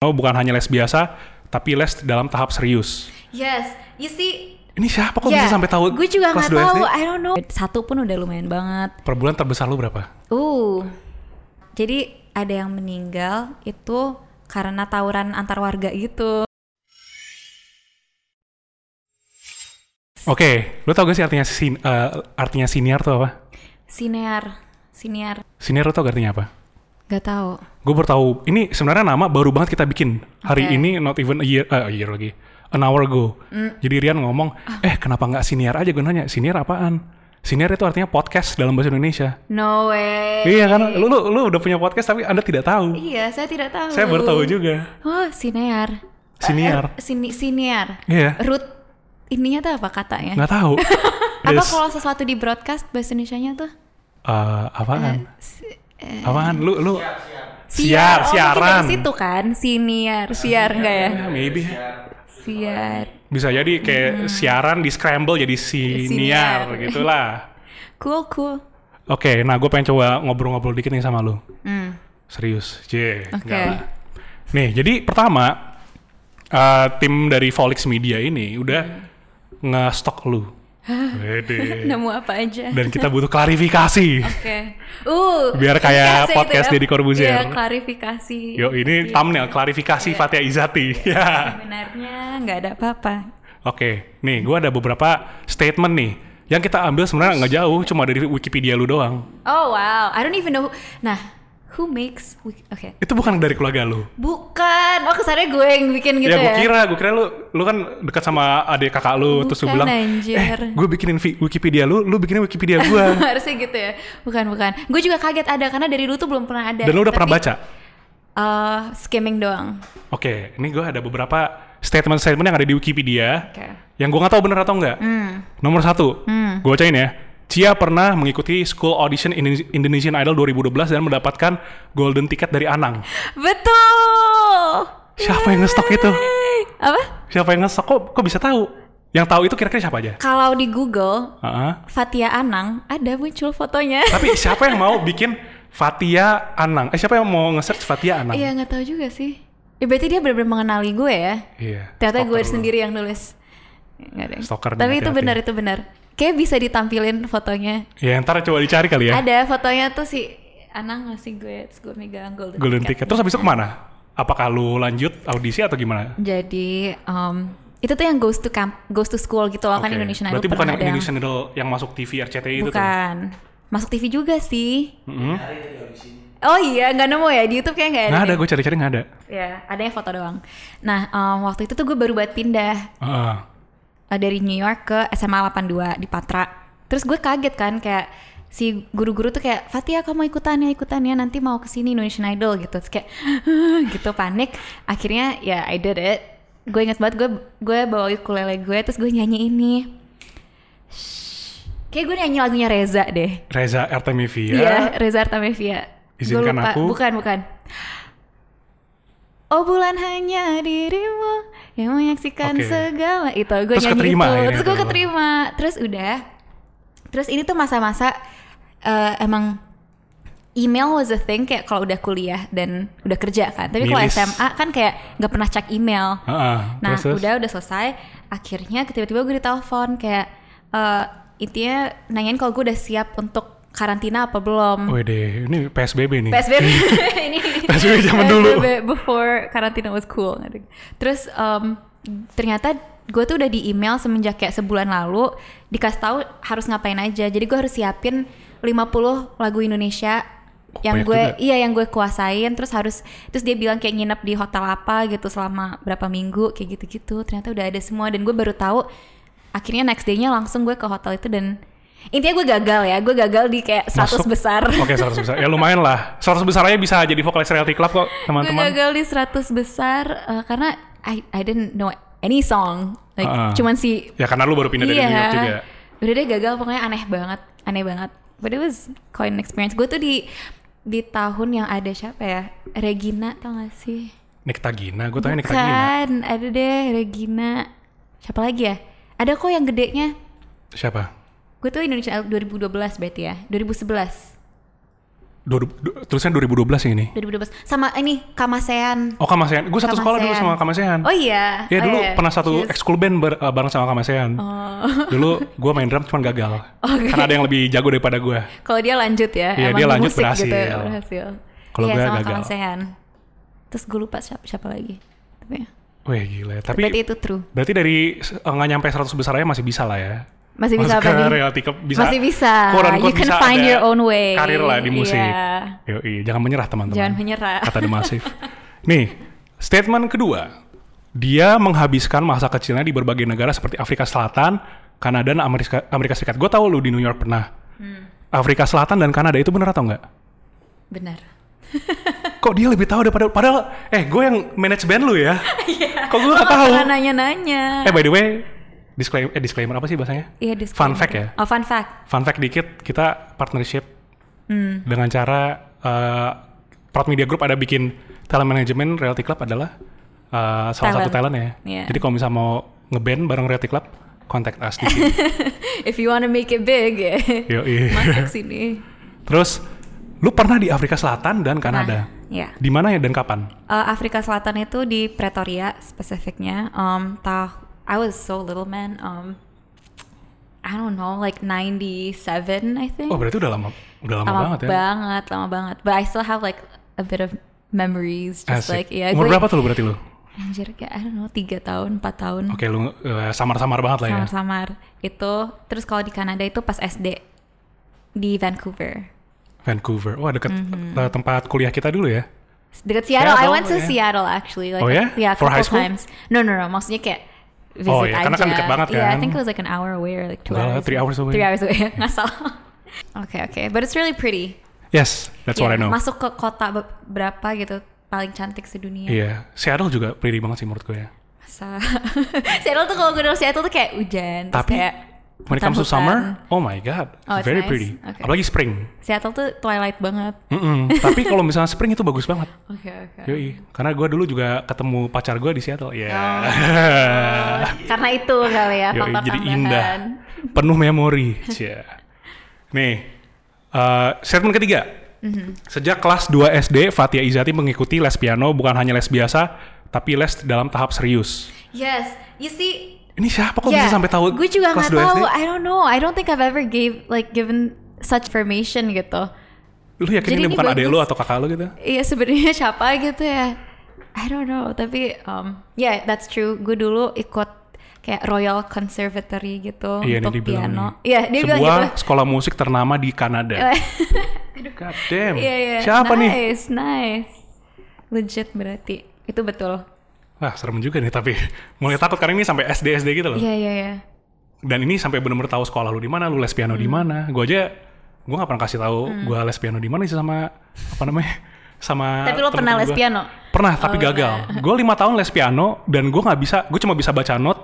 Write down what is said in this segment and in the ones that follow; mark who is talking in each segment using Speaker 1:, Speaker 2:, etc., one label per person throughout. Speaker 1: Oh, bukan hanya les biasa, tapi les dalam tahap serius.
Speaker 2: Yes, you see.
Speaker 1: Ini siapa kok bisa sampai tahu?
Speaker 2: Gue Ya, juga
Speaker 1: kelas
Speaker 2: nggak
Speaker 1: 2
Speaker 2: tahu.
Speaker 1: SD?
Speaker 2: I don't know.
Speaker 3: Satu pun udah lumayan banget.
Speaker 1: Per bulan terbesar lu berapa?
Speaker 3: Uh, jadi ada yang meninggal itu karena tawuran antar warga gitu.
Speaker 1: Oke, lu tau gak sih artinya sin- eh, artinya senior tuh apa?
Speaker 3: Sinear, siniar,
Speaker 1: Senior lu tau gak artinya apa?
Speaker 3: nggak tahu.
Speaker 1: Gue baru tahu. Ini sebenarnya nama baru banget kita bikin hari
Speaker 3: Oke.
Speaker 1: ini, not even a year, eh, a year lagi, an hour ago.
Speaker 2: Mm.
Speaker 1: Jadi Rian ngomong,
Speaker 2: Ah.
Speaker 1: eh kenapa nggak senior aja? Gue nanya, senior apaan? Senior itu artinya podcast dalam bahasa Indonesia.
Speaker 3: No way.
Speaker 1: Iya kan? Lu, lu lu udah punya podcast tapi anda tidak tahu.
Speaker 3: Iya, saya tidak tahu.
Speaker 1: Saya baru
Speaker 2: Iya.
Speaker 1: tahu juga.
Speaker 3: Oh, sinear.
Speaker 1: Senior,
Speaker 3: Sini, siniar.
Speaker 1: iya.
Speaker 3: Root ininya tuh apa
Speaker 2: Eh.
Speaker 3: katanya?
Speaker 1: Nggak tahu.
Speaker 3: Apa
Speaker 1: Des-
Speaker 3: kalau sesuatu di broadcast bahasa Indonesianya tuh? eh,
Speaker 1: Eh, apaan? apaan? Lu lu
Speaker 3: Siar,
Speaker 1: siar,
Speaker 3: oh, mungkin
Speaker 1: siaran.
Speaker 3: dari situ kan, siniar, siar enggak ya?
Speaker 1: Ya, maybe.
Speaker 3: Siar.
Speaker 1: Bisa jadi kayak siaran di scramble jadi siniar
Speaker 3: Siniar.
Speaker 1: gitulah.
Speaker 3: Cool, cool.
Speaker 1: Oke, nah gue pengen coba ngobrol-ngobrol dikit nih sama lu.
Speaker 3: Hmm.
Speaker 1: Serius, je.
Speaker 3: Oke.
Speaker 1: enggak lah. Nih, jadi pertama eh, tim dari Volix Media ini udah nge-stok lu. Wede.
Speaker 3: Nemu apa aja?
Speaker 1: Dan kita butuh klarifikasi.
Speaker 3: Oke. Uh.
Speaker 1: Biar kayak
Speaker 3: klarifikasi
Speaker 1: podcast
Speaker 3: itu ya.
Speaker 1: Deddy Corbuzier.
Speaker 3: Iya, klarifikasi.
Speaker 1: Yo, ini thumbnail klarifikasi Fatia Izati. Ya.
Speaker 3: Sebenarnya nggak ada apa-apa.
Speaker 1: Oke, nih gua ada beberapa statement nih yang kita ambil sebenarnya nggak jauh, cuma dari Wikipedia lu doang.
Speaker 3: Oh, wow. I don't even know. who- Nah, who makes wik- Oke.
Speaker 1: Itu bukan dari keluarga lu.
Speaker 3: Bukan. Oh, kesannya gue yang bikin gitu
Speaker 1: ya
Speaker 3: ya.
Speaker 1: gue kira, gue kira lu lu kan dekat sama adik kakak lu terus lu
Speaker 3: Bukan,
Speaker 1: bilang,
Speaker 3: anjir.
Speaker 1: "Eh, gue bikinin vi- Wikipedia lu, lu bikinin Wikipedia gua."
Speaker 3: Harusnya gitu ya. Bukan, bukan. Gue juga kaget ada karena dari dulu tuh belum pernah ada.
Speaker 1: Dan lu udah pernah
Speaker 3: Ya, Tapi,
Speaker 1: baca?
Speaker 3: eh, skimming doang.
Speaker 1: Oke, ini gua ada beberapa statement-statement yang ada di Wikipedia
Speaker 3: Oke.
Speaker 1: yang gua nggak tahu bener atau enggak.
Speaker 3: Hmm.
Speaker 1: Nomor satu, gue bacain ya. Cia pernah mengikuti School Audition Indo- Indonesian Idol 2012 dan mendapatkan golden ticket dari Anang.
Speaker 3: Betul.
Speaker 1: Siapa yang ngestok itu?
Speaker 3: Yeay. Apa?
Speaker 1: Siapa yang ngestok? Kok, kok bisa tahu? Yang tahu itu kira-kira siapa aja?
Speaker 3: Kalau di Google
Speaker 1: Heeh.
Speaker 3: Fatia Anang ada muncul fotonya.
Speaker 1: Tapi siapa yang mau bikin Fatia Anang? Eh siapa yang mau nge-search Fatia Anang?
Speaker 3: Iya nggak tahu juga sih. Ya, berarti dia benar-benar mengenali gue ya.
Speaker 1: Iya,
Speaker 3: Ternyata
Speaker 1: stalker
Speaker 3: gue
Speaker 1: lu.
Speaker 3: sendiri yang nulis. Nggak ada.
Speaker 1: Stalker nih,
Speaker 3: Tapi itu
Speaker 1: hati-hati.
Speaker 3: benar itu benar. Kayak bisa ditampilin fotonya.
Speaker 1: Ya ntar coba dicari kali ya.
Speaker 3: Ada fotonya tuh si Anang ngasih gue, terus gue megang golden,
Speaker 1: Golden ticket.
Speaker 3: ticket.
Speaker 1: Terus habis itu kemana? Apakah lu lanjut audisi atau gimana?
Speaker 3: Jadi em, itu tuh yang goes to camp, goes to school gitu loh kan
Speaker 1: Oke.
Speaker 3: Indonesian Idol.
Speaker 1: Berarti bukan
Speaker 3: pernah
Speaker 1: yang
Speaker 3: ada
Speaker 1: Indonesian gitu kan? Idol yang masuk TV RCTI itu tuh?
Speaker 3: Bukan. Masuk TV juga sih.
Speaker 1: Mm-mm.
Speaker 3: Oh iya, nggak nemu ya di YouTube kayak nggak ada.
Speaker 1: Nggak ada,
Speaker 3: deh.
Speaker 1: gue cari-cari nggak ada.
Speaker 3: Ya, adanya foto doang. Nah, em, waktu itu tuh gue baru buat pindah
Speaker 1: Heeh.
Speaker 3: eh, dari New York ke SMA 82 di Patra. Terus gue kaget kan kayak si guru-guru tuh kayak Fatia kamu ikutan ya ikutan ya nanti mau kesini Indonesian Idol gitu. Terus kayak gitu panik. Akhirnya ya I did it. Gue inget banget gue gue bawa ukulele gue terus gue nyanyi ini. Shh. Kayak gue nyanyi lagunya Reza deh.
Speaker 1: Reza Artemivia.
Speaker 3: Iya, Reza Artamevia. Gua
Speaker 1: Izinkan
Speaker 3: lupa.
Speaker 1: aku.
Speaker 3: Bukan, bukan. Oh bulan hanya dirimu yang menyaksikan
Speaker 1: Oke.
Speaker 3: segala itu
Speaker 1: Terus
Speaker 3: gue nyanyi
Speaker 1: keterima
Speaker 3: itu.
Speaker 1: akhirnya
Speaker 3: terus gue
Speaker 1: tuh.
Speaker 3: keterima terus udah terus ini tuh masa-masa eh, emang email was a thing kayak kalau udah kuliah dan udah kerja kan tapi kalau
Speaker 1: Miris.
Speaker 3: SMA kan kayak nggak pernah cek email
Speaker 1: Heeh.
Speaker 3: Nah,
Speaker 1: Terus, terus?
Speaker 3: udah udah selesai. Akhirnya tiba-tiba gue ditelepon kayak eh, intinya nanyain kalau gue udah siap untuk karantina
Speaker 1: Oh,
Speaker 3: apa belum.
Speaker 1: Wede, ini PSBB nih.
Speaker 3: PSBB ini
Speaker 1: PSBB zaman dulu.
Speaker 3: PSBB before karantina was cool. Terus em, ternyata gue tuh udah di email semenjak kayak sebulan lalu dikasih tahu harus ngapain aja. Jadi gue harus siapin 50 lagu Indonesia
Speaker 1: Oh,
Speaker 3: yang
Speaker 1: banyak
Speaker 3: gue
Speaker 1: juga.
Speaker 3: iya yang gue kuasain terus harus terus dia bilang kayak nginep di hotel apa gitu selama berapa minggu kayak gitu-gitu ternyata udah ada semua dan gue baru tahu akhirnya next day-nya langsung gue ke hotel itu dan intinya gue gagal ya gue gagal di kayak 100
Speaker 1: Masuk.
Speaker 3: besar
Speaker 1: Oke, 100 besar. Ya lumayan lah. 100 besar aja bisa jadi vokalis reality club kok,
Speaker 3: Gue
Speaker 1: teman-teman.
Speaker 3: gagal di 100 besar eh, karena I I didn't know any song. Like
Speaker 1: Ah.
Speaker 3: cuman si Iya.
Speaker 1: Ya karena lu baru pindah dari New York juga.
Speaker 3: Udah deh gagal pokoknya aneh banget, aneh banget. But it was quite an experience. Gue tuh di di tahun yang ada siapa ya? Regina tau gak sih?
Speaker 1: Nikta Gina, gue tanya Nikta Gina.
Speaker 3: Kan ada deh Regina. Siapa lagi ya? Ada kok yang gedenya.
Speaker 1: Siapa?
Speaker 3: Gue tuh Indonesia 2012 berarti ya. 2011.
Speaker 1: Dua- du- tulisannya 2012 ya ini.
Speaker 3: 2012 sama ini Kamasean.
Speaker 1: Oh Kamasean, gue satu sekolah dulu
Speaker 3: Kamasean.
Speaker 1: sama Kamasehan.
Speaker 3: Oh iya.
Speaker 1: Ya
Speaker 3: Oh
Speaker 1: dulu
Speaker 3: iya. Oh.
Speaker 1: pernah satu
Speaker 3: Cheers.
Speaker 1: ekskul band ber- eh, bareng sama Kamasean. Dulu gue main drum cuman gagal.
Speaker 3: Oke.
Speaker 1: Karena ada yang lebih jago daripada gue.
Speaker 3: Kalau dia lanjut ya,
Speaker 1: Iya,
Speaker 3: emang
Speaker 1: dia lanjut
Speaker 3: musik gitu,
Speaker 1: berhasil.
Speaker 3: berhasil.
Speaker 1: Kalau
Speaker 3: Iya,
Speaker 1: gue
Speaker 3: sama
Speaker 1: gagal.
Speaker 3: Kamasean. Terus gue lupa siapa, siapa lagi. Tapi ya,
Speaker 1: Wih gila. ya. Tapi
Speaker 3: berarti itu true.
Speaker 1: berarti dari se- eh, nggak nyampe 100 besar aja masih bisa lah ya.
Speaker 3: Masih bisa
Speaker 1: Masuk
Speaker 3: apa
Speaker 1: ke
Speaker 3: nih?
Speaker 1: reality ke- bisa.
Speaker 3: Masih bisa.
Speaker 1: quote unquote
Speaker 3: You can
Speaker 1: bisa
Speaker 3: find
Speaker 1: ada
Speaker 3: your own way.
Speaker 1: Karir lah di musik.
Speaker 3: Iya.
Speaker 1: Yoi, jangan menyerah teman-teman.
Speaker 3: Jangan menyerah.
Speaker 1: Kata The Massive. Nih, statement kedua. Dia menghabiskan masa kecilnya di berbagai negara seperti Afrika Selatan, Kanada, dan Amerika, Amerika Serikat. Gue tahu lu di New York pernah.
Speaker 3: Hmm.
Speaker 1: Afrika Selatan dan Kanada itu bener atau enggak?
Speaker 3: Benar.
Speaker 1: Kok dia lebih tahu daripada padahal eh gue yang manage band lu ya? Kok gue
Speaker 3: Lo
Speaker 1: gak
Speaker 3: nggak
Speaker 1: tahu?
Speaker 3: pernah nanya-nanya.
Speaker 1: Eh by the way, disclaimer, eh, disclaimer apa sih bahasanya?
Speaker 3: Iya,
Speaker 1: Fun
Speaker 3: disclaimer.
Speaker 1: fact ya.
Speaker 3: Oh, fun fact.
Speaker 1: Fun fact dikit, kita partnership dengan cara eh Proud Media Group ada bikin talent management Reality Club adalah eh, salah satu
Speaker 3: Talent.
Speaker 1: talent ya.
Speaker 3: Iya.
Speaker 1: Jadi kalau misal mau ngeband bareng Reality Club, contact us di sini.
Speaker 3: If you wanna make it big, ya.
Speaker 1: Yoi.
Speaker 3: Masuk sini.
Speaker 1: Terus, lu pernah di Afrika Selatan dan Kanada?
Speaker 3: Iya.
Speaker 1: Di mana ya dan kapan?
Speaker 3: Uh, Afrika Selatan itu di Pretoria spesifiknya. Um, tah I was so little man. Um, I don't know, like 97 I think.
Speaker 1: Oh berarti udah lama, udah lama,
Speaker 3: lama
Speaker 1: banget ya.
Speaker 3: banget, lama banget. But I still have like a bit of memories, just
Speaker 1: Asik.
Speaker 3: like yeah.
Speaker 1: Umur
Speaker 3: gue-
Speaker 1: berapa tuh lu berarti lu?
Speaker 3: Anjir kayak I don't know, tiga tahun, 4 tahun,
Speaker 1: Oke lu eh, samar-samar banget lah ya.
Speaker 3: samar-samar itu. Terus kalau di Kanada itu pas SD di Vancouver.
Speaker 1: Vancouver. Wah deket
Speaker 3: Mm-hmm.
Speaker 1: eh, tempat kuliah kita dulu ya.
Speaker 3: Dekat Seattle. I
Speaker 1: Seattle,
Speaker 3: went to
Speaker 1: yeah.
Speaker 3: Seattle actually. Like,
Speaker 1: Oh, yeah?
Speaker 3: Yeah, a
Speaker 1: For
Speaker 3: couple
Speaker 1: high school?
Speaker 3: times. No, no, no. Maksudnya kayak visit
Speaker 1: Oh, yeah, karena kan
Speaker 3: aja.
Speaker 1: deket banget
Speaker 3: Yeah,
Speaker 1: kan.
Speaker 3: I think it was like an hour away or like two
Speaker 1: Enggak lah,
Speaker 3: hours.
Speaker 1: three hours away.
Speaker 3: Three hours away. Nggak salah. Okay, okay. But it's really pretty.
Speaker 1: Yes, that's what I know.
Speaker 3: Yeah, Masuk ke kota be- berapa gitu paling cantik sedunia.
Speaker 1: Iya, Seattle juga pretty banget sih menurut gue ya.
Speaker 3: Masa- Seattle tuh kalau gue dari Seattle tuh kayak hujan. terus
Speaker 1: Tapi,
Speaker 3: kayak
Speaker 1: When it comes to
Speaker 3: hutan-hutan.
Speaker 1: summer, oh my god,
Speaker 3: Oh, it's
Speaker 1: very
Speaker 3: nice.
Speaker 1: pretty.
Speaker 3: Okay.
Speaker 1: Apalagi spring.
Speaker 3: Seattle tuh twilight banget.
Speaker 1: Mm-mm. Tapi kalau misalnya spring itu bagus banget.
Speaker 3: Oke, oke.
Speaker 1: Hmm? Yoi, karena gue dulu juga ketemu pacar gue di Seattle. Ya.
Speaker 3: Oh, karena itu kali ya
Speaker 1: Yoi,
Speaker 3: faktor
Speaker 1: jadi
Speaker 3: tambahan.
Speaker 1: indah, penuh memori. Cia. Nih, eh, statement ketiga.
Speaker 3: Mm-hmm.
Speaker 1: Sejak kelas 2 SD, Fatia Izati mengikuti les piano bukan hanya les biasa, tapi les dalam tahap serius.
Speaker 2: Yes, you see,
Speaker 1: Ini siapa kok
Speaker 3: Yeah,
Speaker 1: bisa sampai tahu
Speaker 3: Gue Iya. juga
Speaker 1: kelas 2
Speaker 3: nggak
Speaker 1: SD?
Speaker 3: tahu. I don't know. I don't think I've ever gave like given such information gitu.
Speaker 1: Lu yakin
Speaker 3: Jadi
Speaker 1: ini
Speaker 3: ini
Speaker 1: bukan adik
Speaker 3: bagus.
Speaker 1: lu atau kakak lu gitu?
Speaker 3: Iya sebenarnya siapa gitu ya. I don't know. Tapi um, yeah that's true. Gue dulu ikut kayak Royal Conservatory gitu
Speaker 1: Iya, ini
Speaker 3: untuk
Speaker 1: dibilang
Speaker 3: piano.
Speaker 1: nih.
Speaker 3: Iya dia bilang
Speaker 1: Sebuah
Speaker 3: gitu.
Speaker 1: sekolah musik ternama di Kanada. God damn.
Speaker 3: Iya iya.
Speaker 1: Siapa nih?
Speaker 3: nice, Nice Legit berarti itu betul.
Speaker 1: Wah, serem juga nih tapi mulai takut karena ini sampai SD SD gitu loh.
Speaker 3: Iya iya iya.
Speaker 1: Dan ini sampai bener-bener tahu sekolah lu di mana, lu les piano di
Speaker 3: Hmm.
Speaker 1: mana. Gue aja gue gak pernah kasih tahu gue les piano di mana sih sama apa namanya? sama
Speaker 3: Tapi lo pernah
Speaker 1: temen-temen
Speaker 3: les
Speaker 1: Nah, gua.
Speaker 3: piano?
Speaker 1: Pernah, tapi
Speaker 3: Oh,
Speaker 1: gagal. Gue lima tahun les piano dan gue nggak bisa, gue cuma bisa baca not,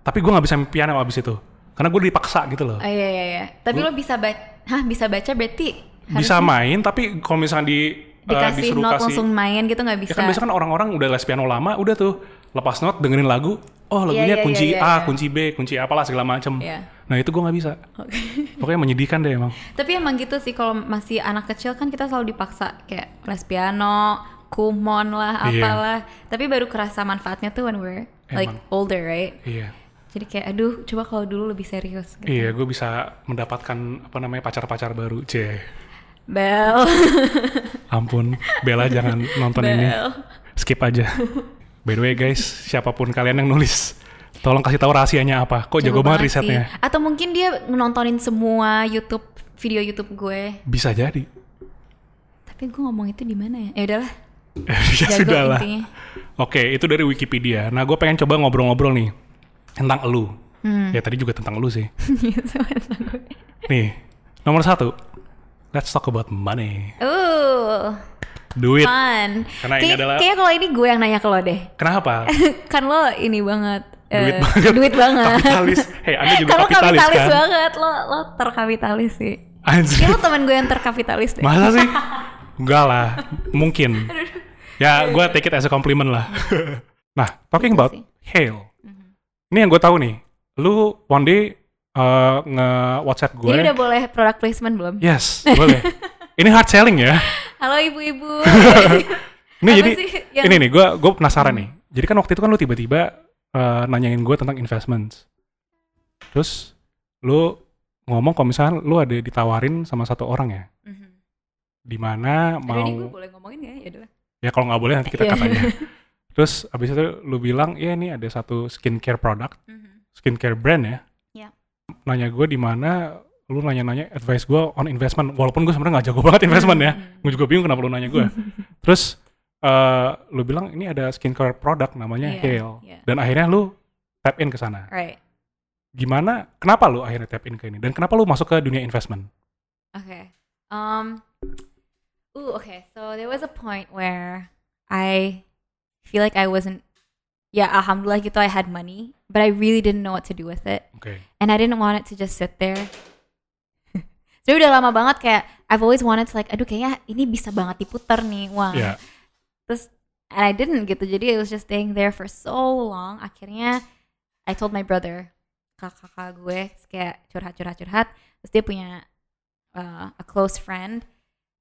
Speaker 1: tapi gue nggak bisa main piano abis itu. Karena gue dipaksa gitu loh.
Speaker 3: Oh, iya iya iya. Tapi lo bisa baca, hah bisa baca berarti harus
Speaker 1: bisa main, tapi kalau misalnya di eh,
Speaker 3: dikasih
Speaker 1: disuruh
Speaker 3: not
Speaker 1: kasih-
Speaker 3: langsung main gitu nggak bisa.
Speaker 1: Ya kan biasanya kan orang-orang udah les piano lama, udah tuh lepas not dengerin lagu, oh lagunya
Speaker 3: iya,
Speaker 1: kunci
Speaker 3: iya,
Speaker 1: A,
Speaker 3: iya.
Speaker 1: kunci B, kunci apalah segala macem.
Speaker 3: Iya.
Speaker 1: Nah itu gue nggak bisa. Pokoknya menyedihkan deh emang.
Speaker 3: Tapi emang gitu sih kalau masih anak kecil kan kita selalu dipaksa kayak les piano, kumon lah,
Speaker 1: Iya.
Speaker 3: apalah. Tapi baru kerasa manfaatnya tuh when we're like
Speaker 1: Emang.
Speaker 3: older, right?
Speaker 1: Iya,
Speaker 3: Jadi kayak aduh, coba kalau dulu lebih serius. Gitu.
Speaker 1: iya gue bisa mendapatkan apa namanya pacar-pacar baru. C,
Speaker 3: Bel.
Speaker 1: ampun, Bella jangan nonton ini,
Speaker 3: Bel.
Speaker 1: skip aja. By the way guys, siapapun kalian yang nulis, tolong kasih tahu rahasianya apa. Kok jago, banget
Speaker 3: sih.
Speaker 1: risetnya?
Speaker 3: Atau mungkin dia nontonin semua YouTube video YouTube gue.
Speaker 1: Bisa jadi.
Speaker 3: Tapi gue ngomong itu di mana ya? Ya udahlah.
Speaker 1: ya
Speaker 3: Jago
Speaker 1: sudah lah.
Speaker 3: intinya.
Speaker 1: Oke, itu dari Wikipedia. Nah, gue pengen coba ngobrol-ngobrol nih tentang elu.
Speaker 3: Hmm.
Speaker 1: Ya tadi juga tentang elu sih.
Speaker 3: Gitu, tentang gue.
Speaker 1: Nih, nomor satu. Let's talk about money.
Speaker 3: Uh,
Speaker 1: Duit.
Speaker 3: fun.
Speaker 1: Karena ini
Speaker 3: Kayak-
Speaker 1: adalah-
Speaker 3: Kayaknya kalau ini gue yang nanya ke lo deh.
Speaker 1: Kenapa?
Speaker 3: kan lo ini banget
Speaker 1: Duit
Speaker 3: eh,
Speaker 1: banget.
Speaker 3: duit banget
Speaker 1: Kapitalis. Hey, Anda juga
Speaker 3: Kan lo
Speaker 1: kapitalis, kan?
Speaker 3: banget lo lo terkapitalis sih
Speaker 1: Anjir.
Speaker 3: ya lo temen gue yang terkapitalis deh
Speaker 1: Masa sih? Enggak lah. Mungkin. Ya, gue take it as a compliment lah. nah, talking about
Speaker 3: Gitu sih. Mm-hmm.
Speaker 1: hail. Ini yang gue tahu nih. Lu one day eh, nge-whatsapp gue. Ya.
Speaker 3: jadi udah boleh product placement belum
Speaker 1: Yes, boleh. Ini hard selling ya.
Speaker 3: Halo ibu-ibu.
Speaker 1: Ini
Speaker 3: Apa
Speaker 1: jadi
Speaker 3: sih yang- Hmm.
Speaker 1: ini nih gue gue penasaran nih. Jadi kan waktu itu kan lu tiba-tiba eh, nanyain gue tentang investments. Terus lu ngomong kalau misalnya lu ada ditawarin sama satu orang ya,
Speaker 3: Mhm.
Speaker 1: di mana
Speaker 3: Aduh, ini gue
Speaker 1: mau
Speaker 3: boleh ngomongin ya? Ya udahlah.
Speaker 1: ya kalau nggak boleh nanti kita
Speaker 3: Iya.
Speaker 1: kata aja. Terus abis itu lu bilang ya ini ada satu skincare product,
Speaker 3: Mhm.
Speaker 1: skincare brand ya.
Speaker 3: Iya.
Speaker 1: Nanya gue di mana lu nanya-nanya advice gue on investment walaupun gue sebenarnya nggak jago banget investment ya
Speaker 3: Mhm.
Speaker 1: gue juga bingung kenapa lu nanya gue terus eh lu bilang ini ada skincare product namanya
Speaker 3: Iya,
Speaker 1: Hale
Speaker 3: iya.
Speaker 1: dan akhirnya lu tap in ke sana
Speaker 3: Right.
Speaker 1: gimana kenapa lu akhirnya tap in ke ini dan kenapa lu masuk ke dunia investment
Speaker 3: Okay. Um. Ooh. Okay. So there was a point where I feel like I wasn't. Yeah. Alhamdulillah, gitu. I had money, but I really didn't know what to do with it,
Speaker 1: oke
Speaker 3: and I didn't want it to just sit there. Jadi udah lama banget kayak I've always wanted to like, aduh kayaknya ini bisa banget diputer nih, wah.
Speaker 1: ya
Speaker 3: Terus and I didn't gitu. Jadi it was just staying there for so long. Akhirnya I told my brother, kakak-kakak gue terus kayak curhat-curhat-curhat. Terus dia punya uh, a close friend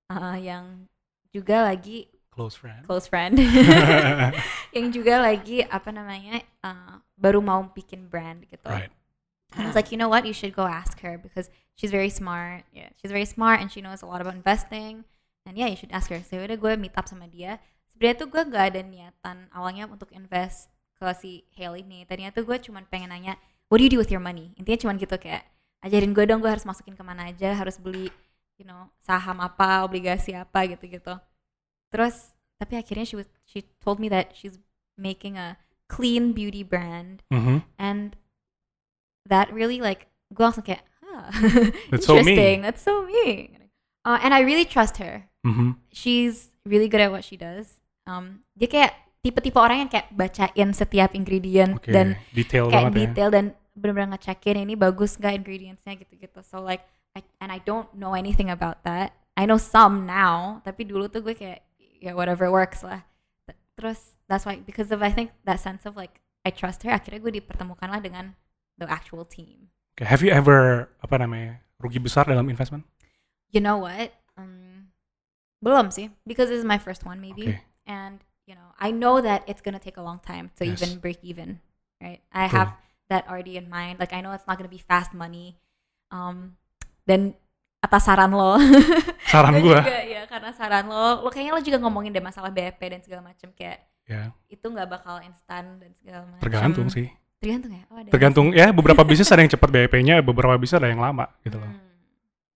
Speaker 3: uh, yang juga lagi
Speaker 1: close friend
Speaker 3: close friend yang juga lagi apa namanya uh, baru mau bikin brand gitu.
Speaker 1: right
Speaker 3: And I was like, you know what? You should go ask her because she's very smart. Yeah, she's very smart and she knows a lot about investing. And yeah, you should ask her. So ya udah gue meet up sama dia. Sebenarnya tuh gue gak ada niatan awalnya untuk invest ke si Haley ini. Tadinya tuh gue cuman pengen nanya, what do you do with your money? Intinya cuman gitu kayak, ajarin gue dong gue harus masukin kemana aja, harus beli, you know, saham apa, obligasi apa gitu-gitu. Terus, tapi akhirnya she was, she told me that she's making a clean beauty brand
Speaker 1: Mhm.
Speaker 3: and that really like gue langsung kayak huh,
Speaker 1: That's so me.
Speaker 3: interesting that's so me Uh, and I really trust her
Speaker 1: Mhm.
Speaker 3: she's really good at what she does um, dia kayak tipe-tipe orang yang kayak bacain setiap ingredient
Speaker 1: oke
Speaker 3: dan
Speaker 1: detail
Speaker 3: kayak
Speaker 1: banget ya
Speaker 3: detail dan bener-bener ngecekin ini bagus nggak ingredientsnya gitu-gitu so like I, and I don't know anything about that I know some now tapi dulu tuh gue kayak ya whatever works lah T- terus that's why because of I think that sense of like I trust her akhirnya gue dipertemukan lah dengan the actual team
Speaker 1: Oke, have you ever apa namanya rugi besar dalam investment
Speaker 3: you know what um, belum sih because this is my first one maybe
Speaker 1: Okay.
Speaker 3: and you know I know that it's gonna take a long time to
Speaker 1: Yes.
Speaker 3: even break even right I
Speaker 1: Betul.
Speaker 3: have that already in mind like I know it's not gonna be fast money um dan atas saran lo
Speaker 1: saran
Speaker 3: Dan
Speaker 1: gue
Speaker 3: juga ya karena saran lo lo kayaknya lo juga ngomongin deh masalah BEP dan segala macem kayak
Speaker 1: ya
Speaker 3: itu nggak bakal instan dan segala macam
Speaker 1: tergantung sih
Speaker 3: tergantung ya oh, ada
Speaker 1: tergantung ya beberapa bisnis ada yang cepat BEP-nya beberapa bisnis ada yang lama gitu loh
Speaker 3: Hmm.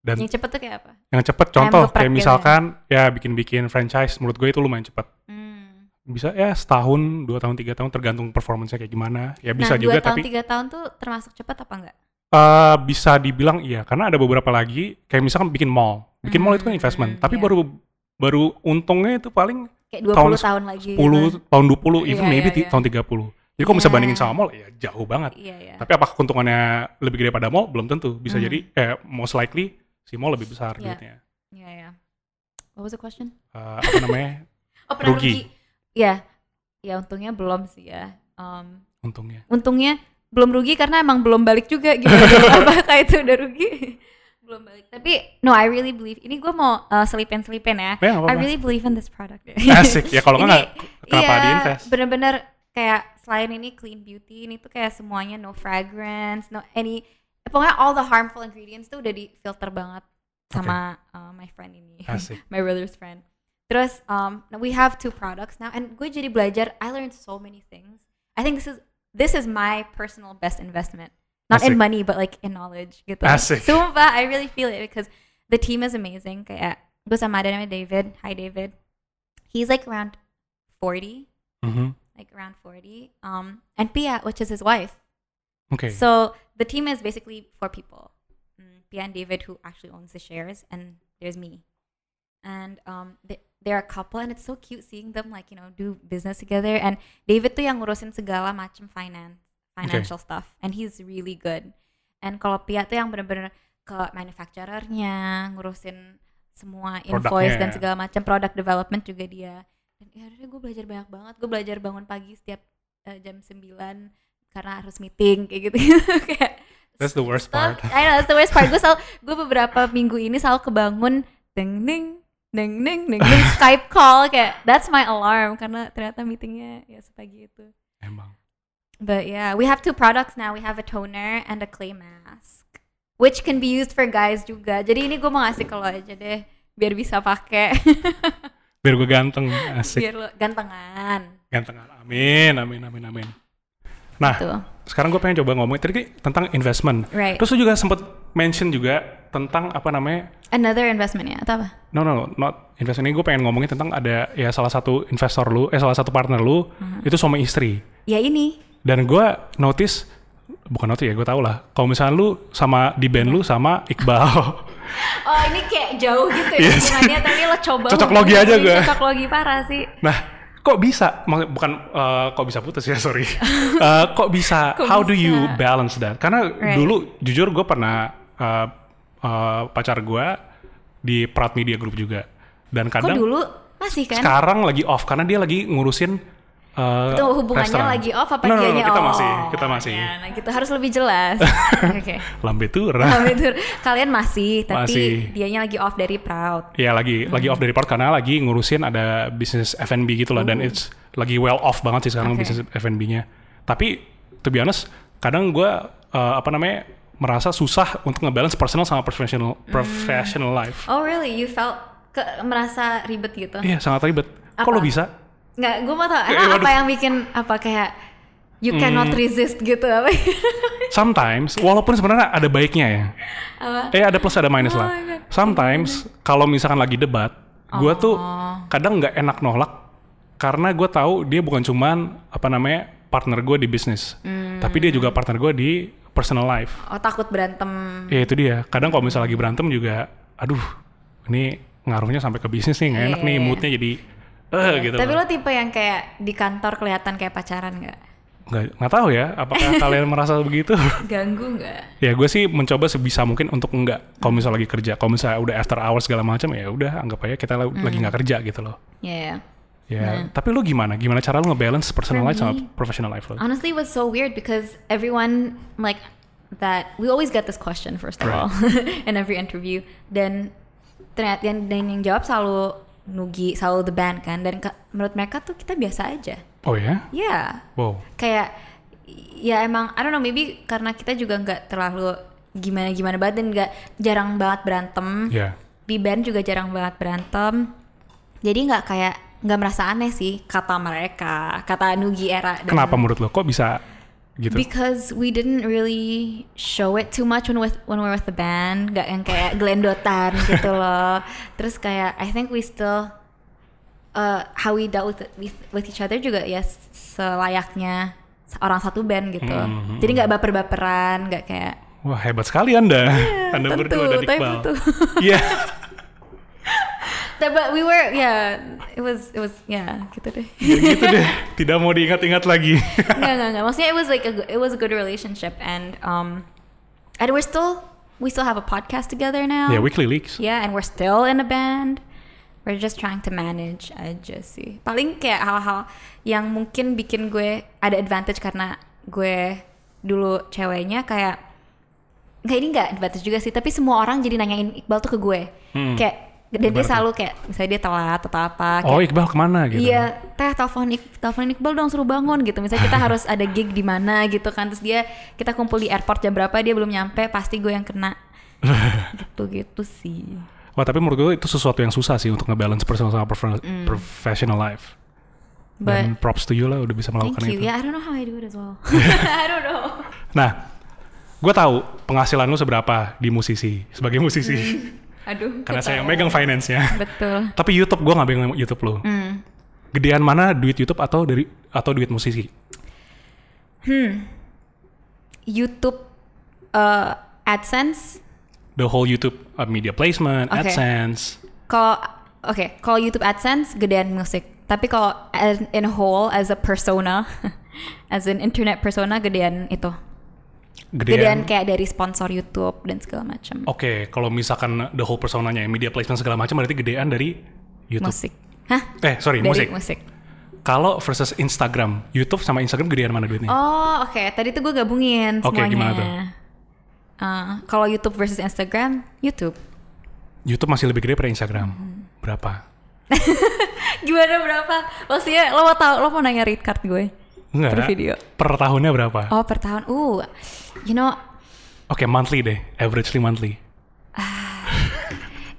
Speaker 1: dan
Speaker 3: yang cepet tuh kayak apa
Speaker 1: yang cepet contoh
Speaker 3: geprek
Speaker 1: kayak
Speaker 3: gitu ya.
Speaker 1: misalkan ya bikin-bikin franchise menurut gue itu lumayan cepat
Speaker 3: Hmm.
Speaker 1: bisa ya setahun dua tahun tiga tahun tergantung performance-nya kayak gimana ya bisa
Speaker 3: nah, dua
Speaker 1: juga
Speaker 3: tahun
Speaker 1: tapi
Speaker 3: tiga tahun tuh termasuk cepet apa enggak
Speaker 1: eh, bisa dibilang iya karena ada beberapa lagi kayak misalkan bikin mall bikin mall itu kan investment
Speaker 3: Hmm,
Speaker 1: tapi
Speaker 3: iya.
Speaker 1: baru baru untungnya itu paling
Speaker 3: kayak 20 tahun,
Speaker 1: Tahun
Speaker 3: lagi
Speaker 1: 10
Speaker 3: gitu.
Speaker 1: tahun 20 even
Speaker 3: Iya,
Speaker 1: maybe
Speaker 3: iya,
Speaker 1: ti-
Speaker 3: iya.
Speaker 1: tahun 30 jadi kalau bisa
Speaker 3: Iya.
Speaker 1: bandingin sama mall ya jauh banget
Speaker 3: iya iya
Speaker 1: tapi apakah keuntungannya lebih gede pada mall belum tentu bisa
Speaker 3: Hmm.
Speaker 1: jadi eh, most likely si mall lebih besar
Speaker 3: Iya.
Speaker 1: duitnya
Speaker 3: iya iya what was the question
Speaker 1: Eh, apa namanya
Speaker 3: oh pernah
Speaker 1: Rugi.
Speaker 3: rugi iya ya untungnya belum sih ya Um,
Speaker 1: untungnya
Speaker 3: untungnya belum rugi karena emang belum balik juga gitu apakah itu udah rugi belum balik tapi no I really believe ini gue mau uh, selipin selipin ya
Speaker 1: Ya, nggak
Speaker 3: I
Speaker 1: apa-apa.
Speaker 3: really believe in this product
Speaker 1: Asik. Ya, kalau nggak,
Speaker 3: Ini-
Speaker 1: nggak- kenapa
Speaker 3: iya,
Speaker 1: diinvest?
Speaker 3: bener-bener kayak selain ini clean beauty ini tuh kayak semuanya no fragrance no any pokoknya all the harmful ingredients tuh udah di filter banget sama uh, my friend ini
Speaker 1: Asik.
Speaker 3: my brother's friend terus um, we have two products now and gue jadi belajar I learned so many things I think this is this is my personal best investment not in
Speaker 1: Asik.
Speaker 3: money but like in knowledge gitu
Speaker 1: Asik.
Speaker 3: Sumpah, I really feel it because the team is amazing. Kayak gue sama ada namanya David. Hi David. He's like around 40,
Speaker 1: Mhm.
Speaker 3: like around 40. Um, and Pia, which is his wife.
Speaker 1: oke
Speaker 3: So the team is basically four people. Mm, Pia and David, who actually owns the shares, and there's me. And um, they, they're a couple, and it's so cute seeing them like you know do business together. And David tuh yang ngurusin segala macam finance, financial stuff, and he's really good. And kalau Pia tuh yang bener-bener ke manufacturernya ngurusin semua invoice dan
Speaker 1: Produknya.
Speaker 3: segala macam product development juga dia. Dan ya udah gue belajar banyak banget. Gue belajar bangun pagi setiap eh, jam 9 karena harus meeting kayak gitu kayak
Speaker 1: That's the worst
Speaker 3: stuff-
Speaker 1: part.
Speaker 3: I know that's the worst part gue selalu gue beberapa minggu ini selalu kebangun deng deng deng deng deng deng Skype call kayak that's my alarm karena ternyata meetingnya ya sepagi itu.
Speaker 1: Emang.
Speaker 3: But yeah, we have two products now. We have a toner and a clay mask, which can be used for guys juga. Jadi ini gue mau ngasih ke lo aja deh, biar bisa pakai,
Speaker 1: Biar gue ganteng, asik.
Speaker 3: biar lo gantengan.
Speaker 1: Ganteng. Amin, amin, amin, amin. Nah,
Speaker 3: Tuh,
Speaker 1: sekarang gue pengen coba ngomongin tadi tentang investment.
Speaker 3: right.
Speaker 1: Terus lu juga sempat mention juga tentang apa namanya?
Speaker 3: Another investment ya, atau apa?
Speaker 1: No, no, no, not investment ini gue pengen ngomongin tentang ada ya salah satu investor lu, eh salah satu partner lu itu suami istri.
Speaker 3: Ya ini.
Speaker 1: Dan gue notice bukan notice ya gue tau lah. Kalau misalnya lu sama di band lu sama Iqbal,
Speaker 3: Oh ini kayak jauh gitu ya
Speaker 1: Iya sih.
Speaker 3: hubungannya, tapi lo coba.
Speaker 1: Cocok
Speaker 3: hubungin
Speaker 1: logi aja
Speaker 3: sih,
Speaker 1: gua.
Speaker 3: Cocok logi parah sih.
Speaker 1: nah kok bisa? Maksud- Bukan eh, kok bisa putus ya sorry. Eh, kok bisa?
Speaker 3: Kok
Speaker 1: How do you
Speaker 3: bisa?
Speaker 1: balance that? Karena
Speaker 3: Right.
Speaker 1: dulu jujur gue pernah eh, eh, pacar gue di Prat Media Group juga. Dan
Speaker 3: Kok
Speaker 1: kadang
Speaker 3: dulu masih kan?
Speaker 1: sekarang lagi off karena dia lagi ngurusin uh,
Speaker 3: Itu hubungannya
Speaker 1: restoran.
Speaker 3: lagi off apa
Speaker 1: no, no, no,
Speaker 3: dianya
Speaker 1: kita
Speaker 3: off?
Speaker 1: masih kita masih
Speaker 3: Ya, nah gitu harus lebih jelas. Oke.
Speaker 1: lambe tura
Speaker 3: Nah, betul. Kalian masih, tapi
Speaker 1: Masih.
Speaker 3: dianya lagi off dari proud.
Speaker 1: ya lagi
Speaker 3: Hmm.
Speaker 1: lagi off dari part karena lagi ngurusin ada bisnis F&B gitu loh dan it's lagi well off banget sih sekarang
Speaker 3: Hmm. Oke.
Speaker 1: bisnis F&B-nya tapi to be honest kadang gue uh, apa namanya merasa susah untuk ngebalance personal sama professional
Speaker 3: Hmm.
Speaker 1: professional life
Speaker 3: Oh really? You felt ke, merasa ribet gitu?
Speaker 1: iya sangat ribet kok
Speaker 3: Apa?
Speaker 1: lo bisa
Speaker 3: Nggak, gue mau tau
Speaker 1: Eh,
Speaker 3: emang
Speaker 1: waduh.
Speaker 3: apa
Speaker 1: Hmm.
Speaker 3: yang bikin apa kayak you cannot resist gitu apa?
Speaker 1: sometimes walaupun sebenarnya ada baiknya ya
Speaker 3: apa?
Speaker 1: Eh ada plus ada minus lah.
Speaker 3: Oh my God.
Speaker 1: Sometimes kalau misalkan lagi debat, gue tuh
Speaker 3: Oh.
Speaker 1: kadang nggak enak nolak karena gue tahu dia bukan cuman apa namanya partner gue di bisnis,
Speaker 3: Hmm.
Speaker 1: tapi dia juga partner gue di personal life.
Speaker 3: Oh takut berantem.
Speaker 1: Ya itu dia. Kadang kalau misalnya lagi berantem juga, aduh, ini ngaruhnya sampai ke bisnis nih nggak enak
Speaker 3: Iya,
Speaker 1: nih
Speaker 3: iya, iya.
Speaker 1: moodnya jadi eh gitu.
Speaker 3: Tapi
Speaker 1: loh.
Speaker 3: lo tipe yang kayak di kantor kelihatan kayak pacaran nggak?
Speaker 1: nggak nggak tahu ya apakah kalian merasa begitu?
Speaker 3: Ganggu nggak?
Speaker 1: ya gue sih mencoba sebisa mungkin untuk enggak kalau misalnya lagi kerja kalau misalnya udah after hours segala macam ya udah anggap aja kita la-
Speaker 3: Hmm.
Speaker 1: lagi nggak kerja gitu loh
Speaker 3: Ya. ya.
Speaker 1: ya tapi lu gimana gimana cara lu ngebalance personal
Speaker 3: For
Speaker 1: life sama
Speaker 3: me-
Speaker 1: professional life lo
Speaker 3: Honestly, it was so weird because everyone like that. We always get this question first of
Speaker 1: Right.
Speaker 3: all in every interview. Dan ternyata dan, dan yang jawab selalu Nugi, selalu the band kan. Dan ke- menurut mereka tuh kita biasa aja.
Speaker 1: oh ya
Speaker 3: Ya,
Speaker 1: wow
Speaker 3: kayak ya emang I don't know maybe karena kita juga nggak terlalu gimana gimana banget dan nggak jarang banget berantem.
Speaker 1: ya
Speaker 3: di band juga jarang banget berantem jadi nggak kayak nggak merasa aneh sih kata mereka kata Nugi era dan-
Speaker 1: kenapa menurut lo kok bisa gitu
Speaker 3: because we didn't really show it too much when with when we're with the band nggak yang kayak gelendotan gitu loh terus kayak I think we still uh, how we dealt with, with with each other juga ya selayaknya orang satu band gitu
Speaker 1: Hmm.
Speaker 3: jadi nggak baper-baperan nggak kayak "Oh,
Speaker 1: wah hebat sekali anda anda
Speaker 3: Iya, tentu,
Speaker 1: berdua dan
Speaker 3: tapi
Speaker 1: iqbal
Speaker 3: betul.
Speaker 1: iya
Speaker 3: But- but we were yeah it was it was yeah gitu deh
Speaker 1: Ya gitu deh tidak mau diingat-ingat lagi
Speaker 3: no, no, no. Mostly it was like a go- it was a good relationship, and um, and we're still we still have a podcast together now.
Speaker 1: ya weekly leaks
Speaker 3: Yeah, and we're still in a band. We're just trying to manage aja sih. Paling kayak hal-hal yang mungkin bikin gue ada advantage karena gue dulu ceweknya kayak nggak ini nggak advantage juga sih. Tapi semua orang jadi nanyain Iqbal tuh ke gue.
Speaker 1: Hmm.
Speaker 3: Kayak dan dia
Speaker 1: Gimana tuh?
Speaker 3: selalu kayak misalnya dia telat atau apa. kayak-
Speaker 1: oh iqbal kemana gitu
Speaker 3: Iya, teh telepon Ik- telepon Iqbal dong suruh bangun gitu. Misalnya kita harus ada gig di mana gitu kan. Terus dia kita kumpul di airport jam berapa dia belum nyampe, pasti gue yang kena. Gitu-gitu sih.
Speaker 1: wah tapi menurut gue itu sesuatu yang susah sih untuk ngebalance personal sama profe-
Speaker 3: Hmm.
Speaker 1: professional life dan
Speaker 3: But
Speaker 1: props to you lah udah bisa melakukan
Speaker 3: thank you.
Speaker 1: itu.
Speaker 3: ya. Yeah, I don't know how I do it as well. I don't know.
Speaker 1: Nah, gue tahu penghasilan lu seberapa di musisi sebagai musisi
Speaker 3: Hmm. Aduh.
Speaker 1: karena
Speaker 3: ketawa.
Speaker 1: saya yang megang finance-nya.
Speaker 3: Betul.
Speaker 1: Tapi YouTube gue nggak megang YouTube lu.
Speaker 3: Hmm.
Speaker 1: Gedean mana duit YouTube atau dari atau duit musisi?
Speaker 3: YouTube eh, AdSense
Speaker 1: The whole YouTube uh, media placement,
Speaker 3: Oke.
Speaker 1: AdSense.
Speaker 3: kalau oke, kalau YouTube AdSense gedean musik. Tapi kalau in- in whole as a persona, as an internet persona gedean itu. gedean
Speaker 1: Gedean. Oh,
Speaker 3: kayak dari sponsor YouTube dan segala macam
Speaker 1: Oke, kalau misalkan the whole personanya media placement segala macam berarti gedean dari YouTube.
Speaker 3: musik hah
Speaker 1: Eh, sorry,
Speaker 3: dari musik,
Speaker 1: musik. Kalau versus Instagram, YouTube sama Instagram gedean mana duitnya?
Speaker 3: oh oke tadi tuh gue gabungin
Speaker 1: Iya. Oke,
Speaker 3: semuanya Uh,
Speaker 1: gimana tuh?
Speaker 3: Eh, kalau YouTube versus Instagram YouTube
Speaker 1: YouTube masih lebih gede pada Instagram.
Speaker 3: Hmm.
Speaker 1: Berapa?
Speaker 3: Gimana berapa? Maksudnya lo mau tahu lo mau nanya rate card gue?
Speaker 1: Enggak.
Speaker 3: Per video.
Speaker 1: Per tahunnya berapa?
Speaker 3: Oh per tahun. Uh, you know
Speaker 1: Oke, monthly deh. Averagely monthly.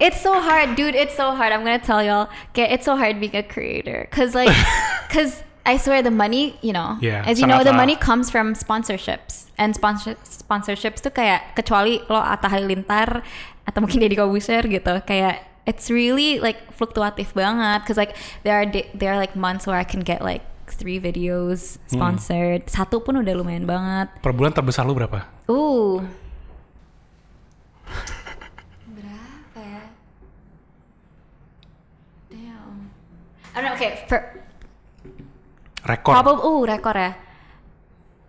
Speaker 3: It's so hard, dude. It's so hard. I'm gonna tell y'all. Okay, it's so hard being a creator, cause like, cause I swear the money, you know,
Speaker 1: Yeah,
Speaker 3: as you know, the
Speaker 1: sangatlah.
Speaker 3: money comes from sponsorships and sponsor sponsorships tuh kayak kecuali lo Atta Halilintar atau mungkin Deddy Kobuser gitu, kayak it's really like fluktuatif banget, cause like there are da- there are like months where I can get like three videos sponsored, satu pun udah lumayan banget.
Speaker 1: Per bulan terbesar lu berapa?
Speaker 3: Uh. Berapa ya? Damn. I don't know, okay, for
Speaker 1: Rekor.
Speaker 3: probably uh rekor ya.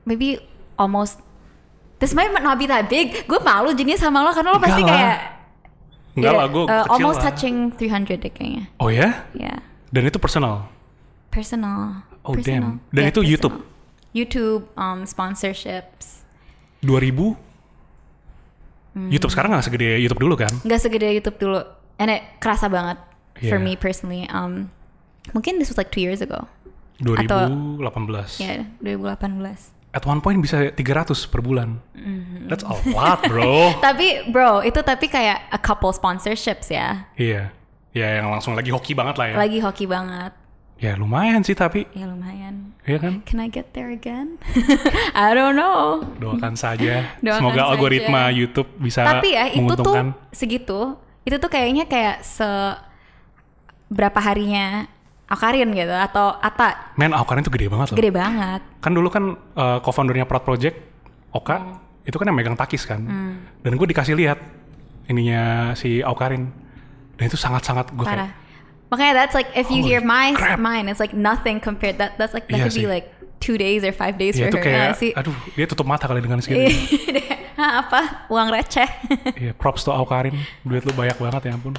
Speaker 3: Maybe almost This might not be that big. Gue malu jenis sama lo karena lo pasti
Speaker 1: Enggak lah.
Speaker 3: kayak
Speaker 1: Enggak
Speaker 3: yeah,
Speaker 1: lah, gue
Speaker 3: uh,
Speaker 1: kecil
Speaker 3: almost
Speaker 1: lah.
Speaker 3: touching 300 deh kayaknya.
Speaker 1: Oh ya?
Speaker 3: Yeah.
Speaker 1: Dan itu personal.
Speaker 3: Personal.
Speaker 1: Oh,
Speaker 3: personal.
Speaker 1: damn. Dan itu YouTube?
Speaker 3: YouTube um, sponsorships.
Speaker 1: 2000?
Speaker 3: Hmm.
Speaker 1: YouTube sekarang nggak segede YouTube dulu kan?
Speaker 3: nggak segede YouTube dulu. And it kerasa banget for
Speaker 1: Yeah.
Speaker 3: me personally. Um, mungkin this was like two years ago.
Speaker 1: 2018.
Speaker 3: Ya, 2018.
Speaker 1: At one point bisa 300 per bulan.
Speaker 3: Mm-hmm.
Speaker 1: That's a lot, bro.
Speaker 3: Tapi bro, itu tapi kayak a couple sponsorships ya.
Speaker 1: Iya. Ya yang langsung lagi hoki banget lah ya.
Speaker 3: Lagi hoki banget.
Speaker 1: Ya lumayan sih tapi,
Speaker 3: Ya lumayan.
Speaker 1: ya kan?
Speaker 3: Can I get there again? I don't know.
Speaker 1: Doakan saja.
Speaker 3: Doakan
Speaker 1: Semoga
Speaker 3: saja.
Speaker 1: algoritma YouTube bisa
Speaker 3: tapi ya itu tuh
Speaker 1: menguntungkan.
Speaker 3: segitu. Itu tuh kayaknya kayak se berapa harinya Akarin gitu atau Ata
Speaker 1: Men, Aukarin tuh oh, gede banget loh.
Speaker 3: gede banget.
Speaker 1: Kan dulu kan eh, co-foundernya Proud Project, Oka,
Speaker 3: Hmm.
Speaker 1: itu kan yang megang takis kan. Dan gue dikasih lihat ininya si Aukarin. Dan itu sangat-sangat gue kayak,
Speaker 3: Parah. Makanya that's like if you
Speaker 1: Holy
Speaker 3: hear my
Speaker 1: crap.
Speaker 3: mine, it's like nothing compared that that's like
Speaker 1: Iya
Speaker 3: that could be
Speaker 1: sih.
Speaker 3: like two days or five days
Speaker 1: dia
Speaker 3: for
Speaker 1: tuh iya, kayak,
Speaker 3: her. Nah, sih. Iya.
Speaker 1: aduh dia tutup mata kali dengan segini.
Speaker 3: Hah, apa uang receh?
Speaker 1: Iya, props to Aukarin. Duit lu banyak banget ya ampun.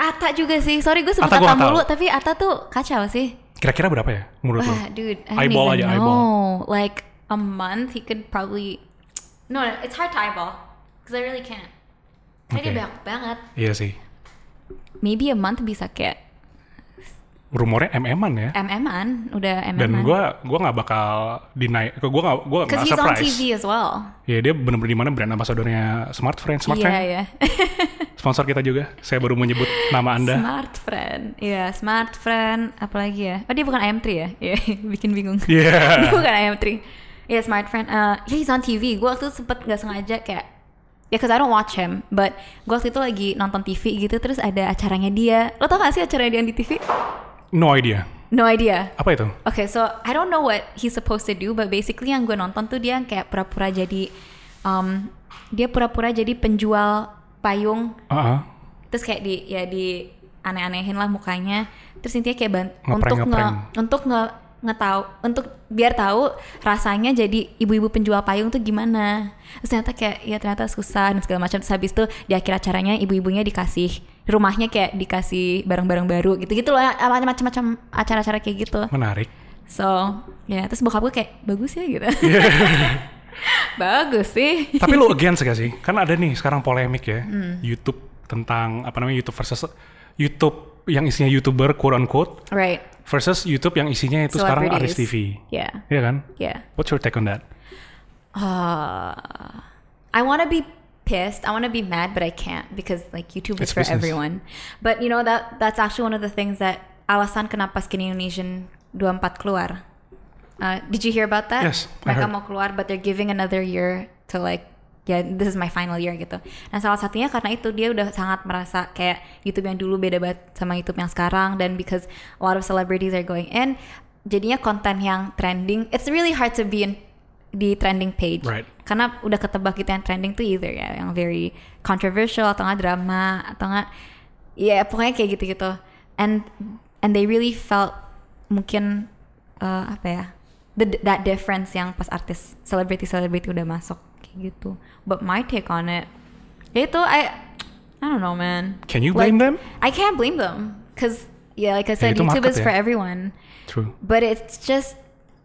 Speaker 3: Ata juga sih. Sorry gue sebut
Speaker 1: Atta
Speaker 3: Ata,
Speaker 1: gua nggak
Speaker 3: mulu,
Speaker 1: tahu.
Speaker 3: tapi Ata tuh kacau sih.
Speaker 1: Kira-kira berapa ya menurut lu?
Speaker 3: Wah, dude, I don't
Speaker 1: Eyeball
Speaker 3: even
Speaker 1: aja,
Speaker 3: know.
Speaker 1: eyeball.
Speaker 3: Like a month, he could probably. No, no, it's hard to eyeball because I really can't. Ini
Speaker 1: Oke.
Speaker 3: banyak banget.
Speaker 1: Iya sih.
Speaker 3: Maybe a month bisa kayak
Speaker 1: Rumornya MM-an ya.
Speaker 3: MM-an, udah MM-an.
Speaker 1: Dan gue gua nggak bakal deny, gue gak, gua gak
Speaker 3: Because he's on
Speaker 1: surprise.
Speaker 3: TV as well.
Speaker 1: Ya dia bener-bener di mana brand ambassadornya Smart Friend, Smart Friend
Speaker 3: Iya, iya.
Speaker 1: sponsor kita juga. Saya baru menyebut nama anda.
Speaker 3: Smart friend, iya smart friend, apalagi ya? Oh dia bukan IM3 ya? Iya, bikin bingung.
Speaker 1: Iya.
Speaker 3: dia bukan IM3. Iya smart friend, eh yeah, he's on TV. Gue waktu itu sempet nggak sengaja kayak, ya cause I don't watch him, but gue waktu itu lagi nonton TV gitu, terus ada acaranya dia. Lo tau gak sih acaranya dia di TV?
Speaker 1: No idea.
Speaker 3: No idea.
Speaker 1: Apa itu?
Speaker 3: Okay, so I don't know what he's supposed to do, but basically yang gue nonton tuh dia kayak pura-pura jadi, um, dia pura-pura jadi penjual payung
Speaker 1: Heeh.
Speaker 3: terus kayak di ya di aneh-anehin lah mukanya terus intinya kayak bant-
Speaker 1: Ngeprank,
Speaker 3: untuk nge
Speaker 1: ngeprank.
Speaker 3: untuk nge ngetau untuk biar tahu rasanya jadi ibu-ibu penjual payung tuh gimana terus ternyata kayak ya ternyata susah dan segala macam terus habis itu di akhir acaranya ibu-ibunya dikasih rumahnya kayak dikasih barang-barang baru gitu-gitu loh macam-macam acara-acara kayak gitu
Speaker 1: Menarik.
Speaker 3: so ya terus bokap gue kayak bagus ya gitu bagus sih
Speaker 1: Iya. Tapi lu against gak sih? Kan ada nih sekarang polemik ya.
Speaker 3: Hmm.
Speaker 1: YouTube tentang apa namanya YouTube versus YouTube yang isinya YouTuber quote unquote
Speaker 3: right
Speaker 1: versus YouTube yang isinya itu sekarang artis TV.
Speaker 3: ya
Speaker 1: Iya kan?
Speaker 3: ya
Speaker 1: What's your take on that?
Speaker 3: Uh, I want to be pissed. I want to be mad, but I can't because like YouTube
Speaker 1: It's
Speaker 3: is for
Speaker 1: business.
Speaker 3: everyone. But you know that that's actually one of the things that alasan kenapa Skinny Indonesian 24 keluar. Uh, did you hear about that?
Speaker 1: Yes, I heard.
Speaker 3: Mereka mau keluar, but they're giving another year to like, yeah, this is my final year gitu. Nah salah satunya karena itu dia udah sangat merasa kayak YouTube yang dulu beda banget sama YouTube yang sekarang dan because a lot of celebrities are going in, jadinya konten yang trending, it's really hard to be in di trending page.
Speaker 1: Right.
Speaker 3: Karena udah ketebak gitu yang trending tuh either ya yang very controversial atau nggak drama atau nggak ya pokoknya kayak gitu-gitu. And and they really felt mungkin eh, apa ya the, that difference yang pas artis celebrity celebrity udah masuk kayak gitu. But my take on it ya itu I I don't know man.
Speaker 1: Can you blame them?
Speaker 3: I can't blame them because yeah like
Speaker 1: Ya,
Speaker 3: I said
Speaker 1: itu
Speaker 3: YouTube
Speaker 1: market ya.
Speaker 3: is for everyone
Speaker 1: True.
Speaker 3: but it's just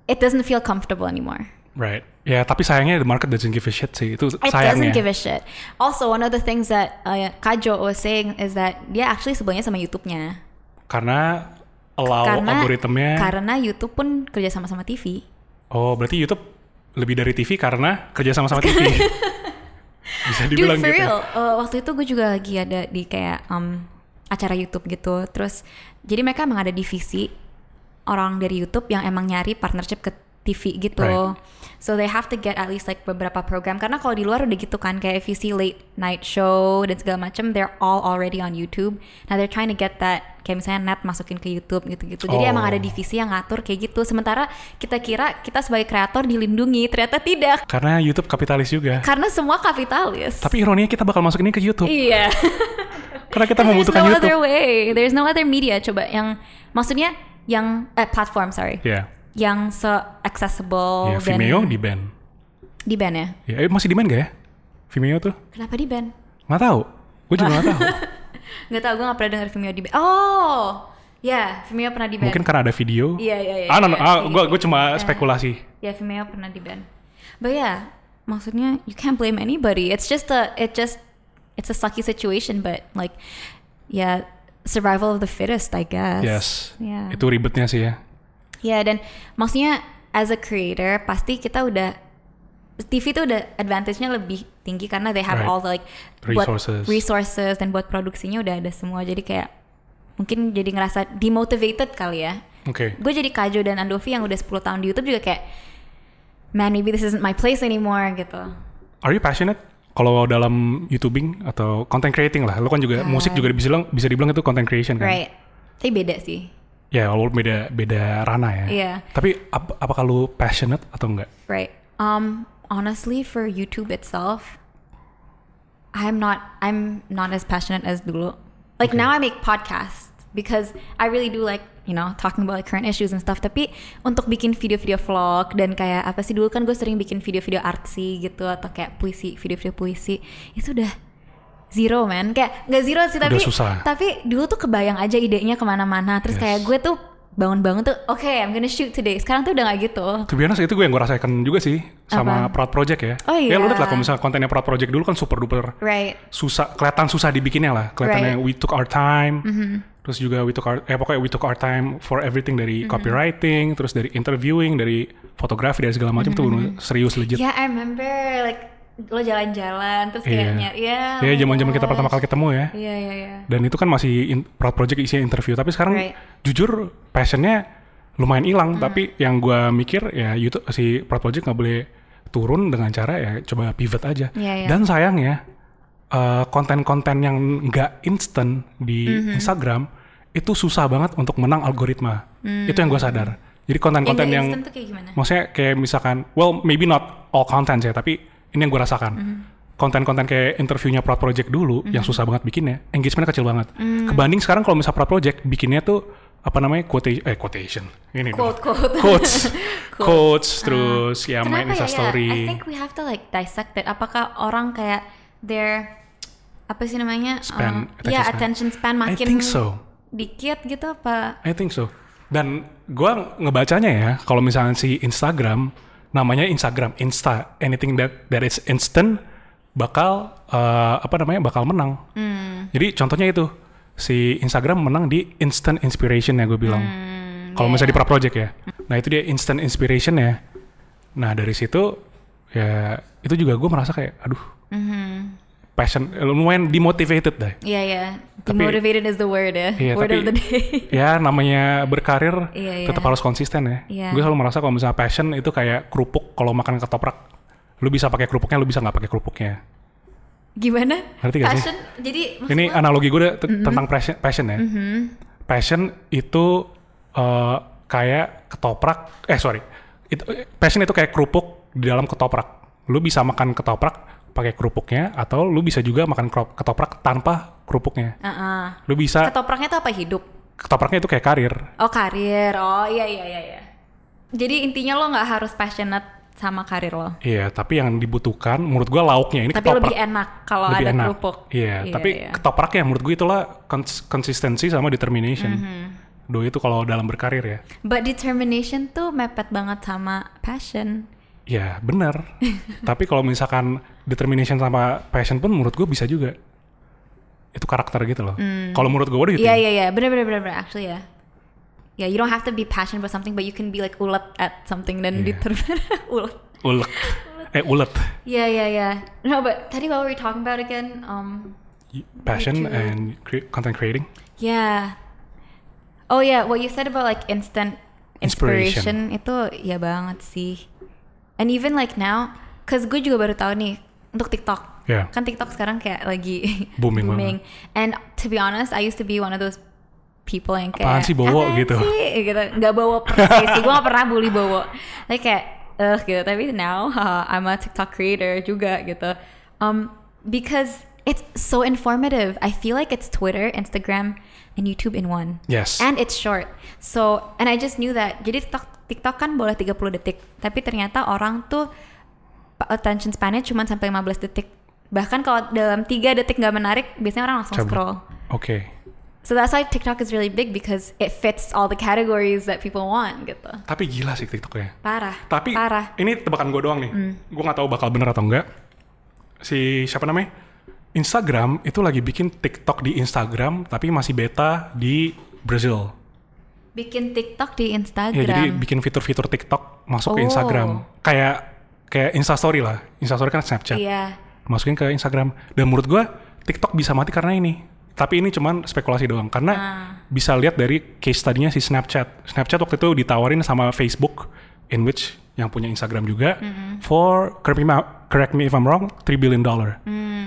Speaker 3: it doesn't feel comfortable anymore.
Speaker 1: Right. Ya, tapi sayangnya the market doesn't give a shit sih. Itu
Speaker 3: It
Speaker 1: sayangnya.
Speaker 3: doesn't give a shit. Also, one of the things that uh, Kajo was saying is that dia actually sebelumnya sama YouTube-nya.
Speaker 1: Karena allow
Speaker 3: karena
Speaker 1: algoritmnya.
Speaker 3: karena YouTube pun kerja sama sama TV.
Speaker 1: oh, berarti YouTube lebih dari TV karena kerja sama sama TV. Bisa dibilang
Speaker 3: Dude, for
Speaker 1: gitu.
Speaker 3: real. uh, waktu itu gue juga lagi ada di kayak um, acara YouTube gitu. Terus jadi mereka emang ada divisi orang dari YouTube yang emang nyari partnership ke TV gitu.
Speaker 1: Right.
Speaker 3: So they have to get at least like beberapa program karena kalau di luar udah gitu kan kayak if you see late night show dan segala macam they're all already on YouTube. Nah they're trying to get that kayak misalnya net masukin ke YouTube gitu-gitu. Jadi
Speaker 1: Oh.
Speaker 3: emang ada divisi yang ngatur kayak gitu. Sementara kita kira kita sebagai kreator dilindungi, ternyata tidak.
Speaker 1: Karena YouTube kapitalis juga.
Speaker 3: Karena semua kapitalis.
Speaker 1: Tapi ironinya kita bakal masuk ini ke YouTube.
Speaker 3: Iya.
Speaker 1: Karena kita
Speaker 3: There's
Speaker 1: membutuhkan
Speaker 3: no
Speaker 1: YouTube.
Speaker 3: other way. There's no other media coba yang maksudnya yang eh platform sorry.
Speaker 1: Ya.
Speaker 3: Yang se
Speaker 1: Ya,
Speaker 3: accessible
Speaker 1: Vimeo di ban.
Speaker 3: di ban ya.
Speaker 1: Ya, eh, masih di ban gak ya? Vimeo tuh?
Speaker 3: Kenapa di ban?
Speaker 1: Nggak tahu. Gue juga nggak tahu.
Speaker 3: Nggak tahu gue nggak pernah dengar Vimeo di ban. Oh. Ya, Vimeo pernah di ban.
Speaker 1: Mungkin karena ada video.
Speaker 3: Iya, iya, iya,
Speaker 1: Ah, no, no.
Speaker 3: iya.
Speaker 1: Ah, gua, gua cuma spekulasi.
Speaker 3: Ya, Vimeo pernah di ban. But yeah, maksudnya you can't blame anybody. It's just a it just it's a sucky situation but like yeah, survival of the fittest I guess.
Speaker 1: Yes.
Speaker 3: Yeah.
Speaker 1: Itu ribetnya sih ya.
Speaker 3: Ya dan maksudnya as a creator pasti kita udah TV itu udah advantage-nya lebih tinggi karena they have
Speaker 1: Right.
Speaker 3: all the like
Speaker 1: Resources.
Speaker 3: buat resources dan buat produksinya udah ada semua jadi kayak mungkin jadi ngerasa demotivated kali ya.
Speaker 1: Oke.
Speaker 3: Gue jadi Kajo dan Andovi yang udah 10 tahun di YouTube juga kayak man maybe this isn't my place anymore gitu.
Speaker 1: Are you passionate? Kalau dalam YouTubing atau content creating lah, lo kan juga musik juga bisa dibilang bisa dibilang itu content creation kan?
Speaker 3: Ah. Right. Tapi beda sih.
Speaker 1: Ya, walaupun beda beda ranah ya.
Speaker 3: Iya.
Speaker 1: Tapi ap apakah lo passionate atau enggak?
Speaker 3: Right. Um honestly for YouTube itself I'm not I'm not as passionate as dulu. Like now I make podcasts because I really do like, you know, talking about like current issues and stuff. Tapi untuk bikin video-video vlog dan kayak apa sih dulu kan gue sering bikin video-video artsy gitu atau kayak puisi, video-video puisi. Itu udah zero man kayak nggak zero sih tapi
Speaker 1: Udah susah.
Speaker 3: tapi dulu tuh kebayang aja idenya kemana-mana terus
Speaker 1: Yes.
Speaker 3: kayak gue tuh bangun-bangun tuh oke I'm gonna shoot today sekarang tuh udah nggak gitu
Speaker 1: To be honest, itu gue yang gue rasakan juga sih sama
Speaker 3: Apa?
Speaker 1: Proud Project ya.
Speaker 3: Oh,
Speaker 1: Ya lo
Speaker 3: iya.
Speaker 1: liat lah kalau misalnya kontennya Proud Project dulu kan super duper
Speaker 3: right
Speaker 1: susah, kelihatan susah dibikinnya lah. Kelihatannya
Speaker 3: Right. Mm-hmm.
Speaker 1: we took our time. Terus juga we took our eh pokoknya we took our time for everything dari copywriting, terus dari interviewing, dari fotografi dari segala macam tuh bener-bener serius legit.
Speaker 3: Ya, I remember like lo jalan-jalan terus
Speaker 1: Iya.
Speaker 3: kayak nyari ya.
Speaker 1: Ya zaman-zaman kita pertama kali ketemu ya.
Speaker 3: Iya, iya, iya.
Speaker 1: Dan itu kan masih in- proud project isinya interview, tapi sekarang
Speaker 3: Right. Hmm.
Speaker 1: jujur passionnya lumayan hilang, tapi yang gua mikir ya YouTube si proud project nggak boleh turun dengan cara ya coba pivot aja.
Speaker 3: Iya, iya.
Speaker 1: Dan sayangnya eh, konten-konten yang nggak instan di
Speaker 3: Hmm,
Speaker 1: Instagram itu susah banget untuk menang algoritma. Itu yang gua sadar. Jadi konten-konten
Speaker 3: Hmm. nggak
Speaker 1: yang,
Speaker 3: instan tuh kayak gimana?
Speaker 1: maksudnya kayak misalkan well maybe not all content ya tapi ini yang gue rasakan
Speaker 3: Mm-hmm.
Speaker 1: konten-konten kayak interviewnya Proud Project dulu yang susah banget bikinnya engagementnya kecil banget
Speaker 3: Mm.
Speaker 1: kebanding sekarang kalau misalnya Proud Project bikinnya tuh apa namanya quotation eh quotation ini dong.
Speaker 3: Quote,
Speaker 1: quotes
Speaker 3: quote. Quotes. Ah.
Speaker 1: quotes terus ya main
Speaker 3: Kenapa ya?
Speaker 1: instastory
Speaker 3: Ya? I think we have to like dissect it. Apakah orang kayak their apa sih namanya?
Speaker 1: Span,
Speaker 3: Uh, ya,
Speaker 1: attention
Speaker 3: attention span
Speaker 1: I
Speaker 3: makin
Speaker 1: think so
Speaker 3: dikit gitu apa?
Speaker 1: I think so. Dan gua ngebacanya ya, kalau misalnya si Instagram namanya Instagram, Insta, anything that that is instant bakal eh, apa namanya? bakal menang.
Speaker 3: Hmm,
Speaker 1: Jadi contohnya itu si Instagram menang di instant inspiration ya gue bilang.
Speaker 3: Hmm,
Speaker 1: kalau misalnya
Speaker 3: iya.
Speaker 1: di pra project ya. Nah, itu dia instant inspiration ya. Nah, dari situ ya itu juga gue merasa kayak aduh.
Speaker 3: Mm-hmm.
Speaker 1: Passion eh, lumayan demotivated deh.
Speaker 3: Iya, iya.
Speaker 1: Tapi-
Speaker 3: Demotivated is the word ya.
Speaker 1: Iya,
Speaker 3: word
Speaker 1: tapi-
Speaker 3: of the day.
Speaker 1: ya namanya berkarir
Speaker 3: Iya,
Speaker 1: tetap
Speaker 3: iya.
Speaker 1: harus konsisten ya.
Speaker 3: Iya.
Speaker 1: Gue selalu merasa kalau misalnya passion itu kayak kerupuk kalau makan ketoprak. Lu bisa pakai kerupuknya, lu bisa nggak pakai kerupuknya.
Speaker 3: gimana?
Speaker 1: Ngerti gak sih?
Speaker 3: Passion. Jadi maksud
Speaker 1: Ini
Speaker 3: lo-
Speaker 1: analogi gue te-
Speaker 3: Mm-hmm.
Speaker 1: tentang passion, passion ya. Passion itu eh, kayak ketoprak, eh sorry, Itu- eh, passion itu kayak kerupuk di dalam ketoprak. Lu bisa makan ketoprak pakai kerupuknya atau lu bisa juga makan kerop- ketoprak tanpa kerupuknya.
Speaker 3: Uh-uh.
Speaker 1: Lu bisa
Speaker 3: Ketopraknya tuh apa hidup?
Speaker 1: ketopraknya itu kayak karir.
Speaker 3: Oh karir, oh iya iya iya. iya. Jadi intinya lo nggak harus passionate sama karir lo,
Speaker 1: Iya, tapi yang dibutuhkan menurut gua lauknya ini
Speaker 3: tapi
Speaker 1: ketoprak.
Speaker 3: lebih enak kalau
Speaker 1: Lebih
Speaker 3: ada
Speaker 1: enak.
Speaker 3: kerupuk.
Speaker 1: Iya, tapi
Speaker 3: iya.
Speaker 1: ketoprak ya menurut gue itulah kons- konsistensi sama determination.
Speaker 3: Mm-hmm.
Speaker 1: Doi itu kalau dalam berkarir ya.
Speaker 3: But determination tuh mepet banget sama passion.
Speaker 1: Ya benar. Tapi kalau misalkan determination sama passion pun menurut gue bisa juga. Itu karakter gitu loh. Kalau menurut gue udah gitu.
Speaker 3: Iya iya iya, bener bener bener bener. Actually ya. Ya, you don't have to be passionate about something, but you can be like ulet at something dan
Speaker 1: Iya.
Speaker 3: determined ulet.
Speaker 1: Ulek. Eh ulet.
Speaker 3: Yeah, yeah, yeah. No, but tadi what were we talking about again? Um,
Speaker 1: Passion
Speaker 3: Lucu.
Speaker 1: and cre- content creating.
Speaker 3: yeah. Oh yeah, what you said about like instant
Speaker 1: Inspiration.
Speaker 3: inspiration, itu ya banget sih. And even like now, cause gue juga baru tahu nih untuk TikTok.
Speaker 1: Ya.
Speaker 3: Kan TikTok sekarang kayak lagi
Speaker 1: Booming
Speaker 3: And to be honest, I used to be one of those people yang kayak
Speaker 1: Apaan sih bowo
Speaker 3: "Apaan
Speaker 1: gitu?"
Speaker 3: sih?" gitu. Nggak bowo persis sih. Gue nggak pernah bully bowo. Tapi kayak eh gitu. Tapi now haha, I'm a TikTok creator juga gitu. Um, because it's so informative. I feel like it's Twitter, Instagram, and YouTube in one.
Speaker 1: Yes.
Speaker 3: And it's short. So, and I just knew that. Jadi TikTok, TikTok kan boleh 30 detik, tapi ternyata orang tuh pa- attention span-nya cuma sampai 15 detik. Bahkan kalau dalam 3 detik nggak menarik, biasanya orang langsung
Speaker 1: Cabut.
Speaker 3: scroll.
Speaker 1: Oke.
Speaker 3: So that's why TikTok is really big because it fits all the categories that people want gitu.
Speaker 1: Tapi gila sih TikToknya.
Speaker 3: Parah.
Speaker 1: Tapi
Speaker 3: parah. Hmm.
Speaker 1: ini tebakan gue doang nih. Gue nggak tahu bakal bener atau enggak. Si siapa namanya? Instagram itu lagi bikin TikTok di Instagram tapi masih beta di Brazil.
Speaker 3: Bikin TikTok di
Speaker 1: Ya
Speaker 3: Instagram.
Speaker 1: jadi bikin fitur-fitur TikTok masuk ke
Speaker 3: Oh.
Speaker 1: Instagram. Kayak kayak Instastory lah. Instastory kan Snapchat.
Speaker 3: Iya.
Speaker 1: Masukin ke Instagram. Dan menurut gua TikTok bisa mati karena ini. Tapi ini cuman spekulasi doang karena
Speaker 3: Ah.
Speaker 1: bisa lihat dari case tadinya si Snapchat. Snapchat waktu itu ditawarin sama Facebook in which yang punya Instagram juga
Speaker 3: Mm-hmm.
Speaker 1: for correct me, correct me if I'm wrong 3 billion dollar.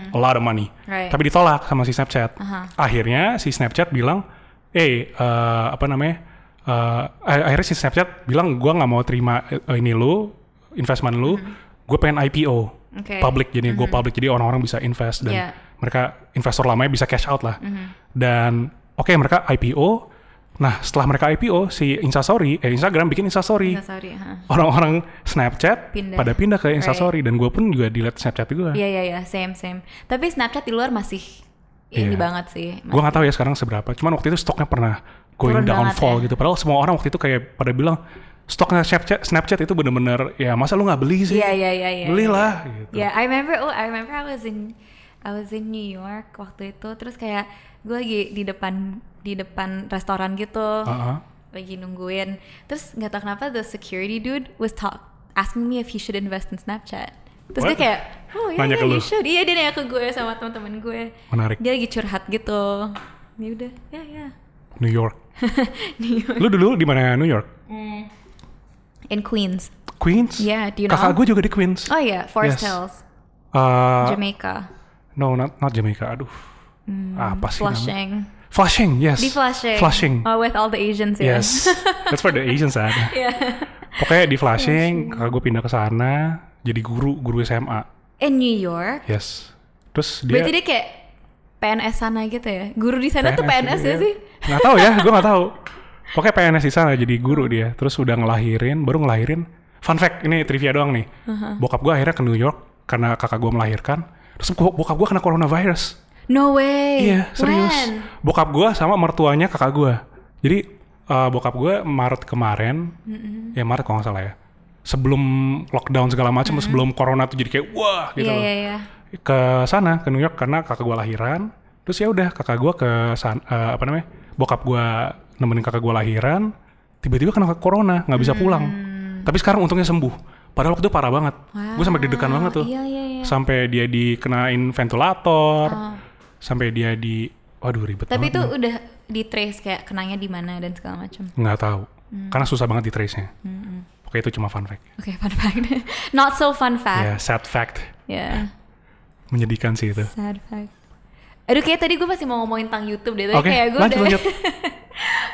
Speaker 1: A lot of money.
Speaker 3: Mm. Right.
Speaker 1: Tapi ditolak sama si Snapchat. Akhirnya si Snapchat bilang, "Eh, eh, apa namanya? eh, ah- akhirnya si Snapchat bilang gua nggak mau terima eh, ini lu, investment lu. Gue pengen IPO."
Speaker 3: Mm-hmm. Oke.
Speaker 1: Public jadi
Speaker 3: Mhm.
Speaker 1: gue public jadi orang-orang bisa invest dan
Speaker 3: Yeah.
Speaker 1: mereka investor lamanya bisa cash out lah.
Speaker 3: Mhm. Mm-hmm.
Speaker 1: Dan oke mereka IPO. Nah, setelah mereka IPO si Instastory eh Instagram bikin Instastory.
Speaker 3: Nah, sorry. huh.
Speaker 1: Orang-orang Snapchat
Speaker 3: Pindah.
Speaker 1: pada pindah ke Instastory dan gue pun juga delete Snapchat gue.
Speaker 3: Iya iya iya, same same. Tapi Snapchat di luar masih
Speaker 1: Iya.
Speaker 3: ini banget sih.
Speaker 1: Gue nggak tahu ya sekarang seberapa. Cuman waktu itu stoknya pernah going
Speaker 3: Turun banget
Speaker 1: downfall
Speaker 3: ya.
Speaker 1: gitu. Padahal semua orang waktu itu kayak pada bilang stoknya Snapchat, Snapchat itu bener-bener ya masa lu nggak beli sih?
Speaker 3: Iya iya iya iya.
Speaker 1: Belilah gitu.
Speaker 3: Yeah, I remember. Oh, I remember I was in I was in New York waktu itu. Terus kayak gue lagi di depan di depan restoran gitu,
Speaker 1: Uh-uh.
Speaker 3: lagi nungguin. Terus nggak tahu kenapa the security dude was talk asking me if he should invest in Snapchat. Terus gue
Speaker 1: What?
Speaker 3: kayak, oh iya,
Speaker 1: Nanya
Speaker 3: iya
Speaker 1: ke lu?
Speaker 3: you should. Iya dia nanya ke gue sama teman-teman gue.
Speaker 1: Menarik.
Speaker 3: Dia lagi curhat gitu. Ya udah, ya ya.
Speaker 1: New York.
Speaker 3: New York.
Speaker 1: Lu dulu di mana New York?
Speaker 3: In Queens.
Speaker 1: Queens?
Speaker 3: Yeah, do you
Speaker 1: Kakak
Speaker 3: know?
Speaker 1: gue juga di Queens.
Speaker 3: Oh iya, Forest
Speaker 1: Yes.
Speaker 3: Hills,
Speaker 1: Uh,
Speaker 3: Jamaica,
Speaker 1: no, not, not Jamaica. Aduh. Apa sih namanya?
Speaker 3: Hmm, Flushing.
Speaker 1: Flushing, yes.
Speaker 3: Di Flushing.
Speaker 1: Flushing.
Speaker 3: Oh, with all the Asians ya.
Speaker 1: Yes. That's where the Asians ada. Pokoknya di Flushing, kakak gue pindah ke sana jadi guru, guru SMA.
Speaker 3: In New York.
Speaker 1: Yes. Terus dia
Speaker 3: Berarti dia kayak PNS sana gitu ya. Guru di sana tuh PNS ya
Speaker 1: dia-
Speaker 3: sih?
Speaker 1: gitu, iya. Nggak tahu ya, gue nggak tahu. Pokoknya PNS di sana jadi guru dia. Terus udah ngelahirin, baru ngelahirin. Fun fact, ini trivia doang nih.
Speaker 3: Uh-huh.
Speaker 1: Bokap gue akhirnya ke New York karena kakak gue melahirkan. Terus bo- bokap gue kena coronavirus.
Speaker 3: No way.
Speaker 1: Iya, serius.
Speaker 3: Eh, When?
Speaker 1: Bokap gue sama mertuanya kakak gue. Jadi eh, bokap gue Maret kemarin, ya Maret kalau nggak salah ya. Sebelum lockdown segala macam, sebelum corona tuh jadi kayak wah gitu.
Speaker 3: Iya,
Speaker 1: loh.
Speaker 3: iya, iya.
Speaker 1: Ke sana ke New York karena kakak gue lahiran. Terus ya udah kakak gue ke san, eh, apa namanya? Bokap gue nemenin kakak gue lahiran. Tiba-tiba kena corona, nggak bisa pulang.
Speaker 3: Mm.
Speaker 1: Tapi sekarang untungnya sembuh. Padahal waktu itu parah banget. Gue sampai deg-degan banget tuh
Speaker 3: Iya, iya, iya.
Speaker 1: sampai dia dikenain ventilator, sampai dia di, waduh ribet
Speaker 3: Tapi itu
Speaker 1: banget.
Speaker 3: udah di trace kayak kenanya di mana dan segala macam.
Speaker 1: nggak tahu,
Speaker 3: Hmm.
Speaker 1: karena susah banget di trace nya. Oke itu cuma fun fact,
Speaker 3: Oke, fun fact. Not so fun
Speaker 1: ya
Speaker 3: fact.
Speaker 1: sad fact, Iya.
Speaker 3: Yeah.
Speaker 1: menyedihkan sih itu.
Speaker 3: Sad fact. Aduh kayak tadi gue masih mau ngomongin tentang YouTube deh, tapi
Speaker 1: Oke,
Speaker 3: kayak gue
Speaker 1: lanjut
Speaker 3: udah
Speaker 1: lanjut.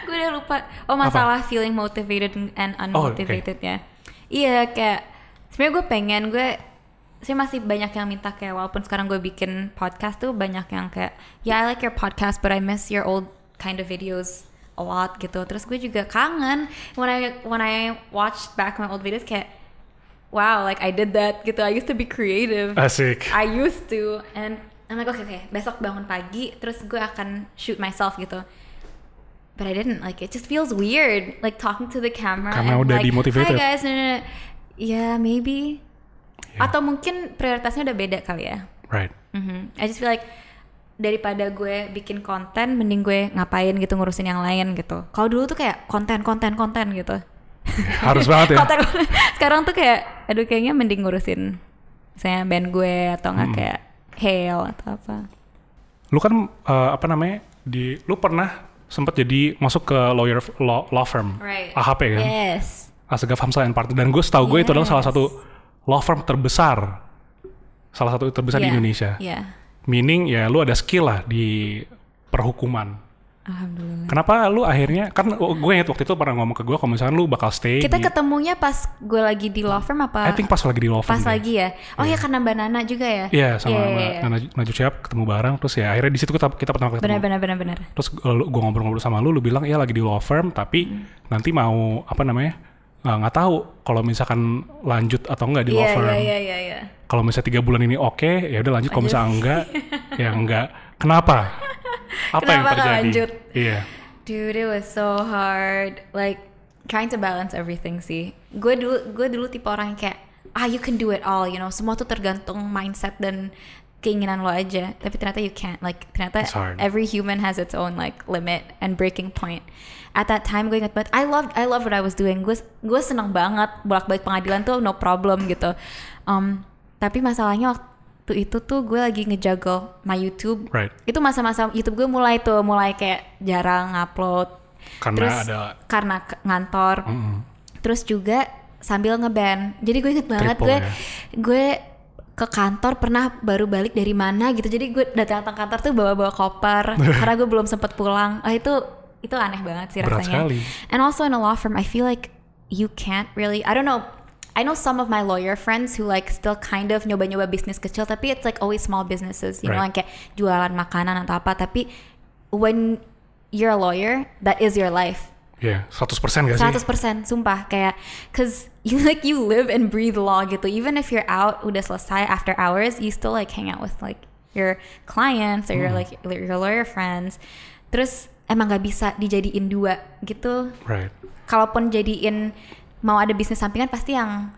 Speaker 3: gue udah lupa. Oh masalah feeling motivated and
Speaker 1: Oh,
Speaker 3: unmotivated ya. Iya kayak sebenarnya gue pengen gue saya masih banyak yang minta kayak walaupun sekarang gue bikin podcast tuh banyak yang kayak ya I like your podcast but I miss your old kind of videos a lot gitu. Terus gue juga kangen when I when I watched back my old videos kayak wow like I did that gitu. I used to be creative.
Speaker 1: Asik.
Speaker 3: I used to and I'm like okay okay besok bangun pagi terus gue akan shoot myself gitu but I didn't like it just feels weird like talking to the camera
Speaker 1: Karena
Speaker 3: and
Speaker 1: udah ya?"
Speaker 3: like,
Speaker 1: dimotivated.
Speaker 3: hi guys no, no, no." Ya, maybe. Atau mungkin prioritasnya udah beda kali ya.
Speaker 1: Right.
Speaker 3: Mhm. I just feel like daripada gue bikin konten, mending gue ngapain gitu ngurusin yang lain gitu. Kalau dulu tuh kayak konten, konten, konten gitu.
Speaker 1: Harus banget ya.
Speaker 3: Konten, konten. Sekarang tuh kayak, aduh kayaknya mending ngurusin misalnya band gue atau nggak
Speaker 1: Hmm.
Speaker 3: kayak Hail atau apa.
Speaker 1: Lu kan eh, apa namanya di lu pernah sempat jadi masuk ke lawyer law, law firm
Speaker 2: Right.
Speaker 1: AHP kan
Speaker 3: Yes.
Speaker 1: Asegaf Hamsa and Partner dan gue setahu gue itu adalah salah satu law firm terbesar salah satu terbesar di
Speaker 3: Yeah.
Speaker 1: Indonesia
Speaker 3: Ya.
Speaker 1: meaning ya lu ada skill lah di perhukuman
Speaker 3: Alhamdulillah.
Speaker 1: kenapa lu akhirnya kan gue ingat waktu itu pernah ngomong ke gue kalau misalkan lu bakal stay
Speaker 3: Kita
Speaker 1: di,
Speaker 3: ketemunya pas gue lagi di law firm apa?
Speaker 1: I think pas lagi di law firm
Speaker 3: pas
Speaker 1: deh.
Speaker 3: lagi ya. Oh ya karena Mbak Nana juga ya.
Speaker 1: Iya sama
Speaker 3: Iya,
Speaker 1: Mbak
Speaker 3: iya, iya.
Speaker 1: Nana Najwa Shihab ketemu bareng terus ya akhirnya di situ kita, kita pertama kali ketemu.
Speaker 3: Benar benar benar benar.
Speaker 1: Terus lu- gua ngobrol-ngobrol sama lu, lu bilang ya lagi di law firm tapi
Speaker 3: Hmm.
Speaker 1: nanti mau apa namanya eh, nggak tahu kalau misalkan lanjut atau enggak di law
Speaker 3: Iya
Speaker 1: firm.
Speaker 3: iya iya iya. iya.
Speaker 1: Kalau misalnya tiga bulan ini oke ya udah lanjut. Kalau misalnya enggak ya enggak. Kenapa? Apa yang
Speaker 3: Kenapa nggak
Speaker 1: terjadi?
Speaker 3: lanjut?
Speaker 1: Iya.
Speaker 3: Dude, it was so hard. Like trying to balance everything sih. Gue dulu gue dulu tipe orang yang kayak ah you can do it all, you know. Semua tuh tergantung mindset dan keinginan lo aja. Tapi ternyata you can't. Like ternyata
Speaker 1: It's hard.
Speaker 3: every human has its own like limit and breaking point. At that time gue inget banget, I loved I loved what I was doing. Gue gue seneng banget bolak-balik pengadilan tuh no problem gitu. Um, tapi masalahnya waktu itu tuh gue lagi ngejuggle my YouTube.
Speaker 1: Right.
Speaker 3: Itu masa-masa YouTube gue mulai tuh mulai kayak jarang upload
Speaker 1: Karena
Speaker 3: terus
Speaker 1: ada
Speaker 3: karena ke- ngantor terus juga sambil ngeband jadi gue inget banget
Speaker 1: Triple
Speaker 3: gue
Speaker 1: ya.
Speaker 3: gue ke kantor pernah baru balik dari mana gitu jadi gue datang datang kantor tuh bawa bawa koper karena gue belum sempet pulang ah itu itu aneh banget sih
Speaker 1: Berat
Speaker 3: rasanya
Speaker 1: sekali.
Speaker 3: and also in a law firm I feel like you can't really I don't know I know some of my lawyer friends who like still kind of nyoba-nyoba bisnis kecil tapi it's like always small businesses you know
Speaker 1: Right.
Speaker 3: like kayak jualan makanan atau apa tapi when you're a lawyer that is your life
Speaker 1: ya 100% gak sih?
Speaker 3: 100% sumpah kayak cause you like you live and breathe law gitu even if you're out udah selesai after hours you still like hang out with like your clients or your
Speaker 1: Hmm.
Speaker 3: like your lawyer friends terus emang gak bisa dijadiin dua gitu
Speaker 1: Right.
Speaker 3: kalaupun jadiin mau ada bisnis sampingan pasti yang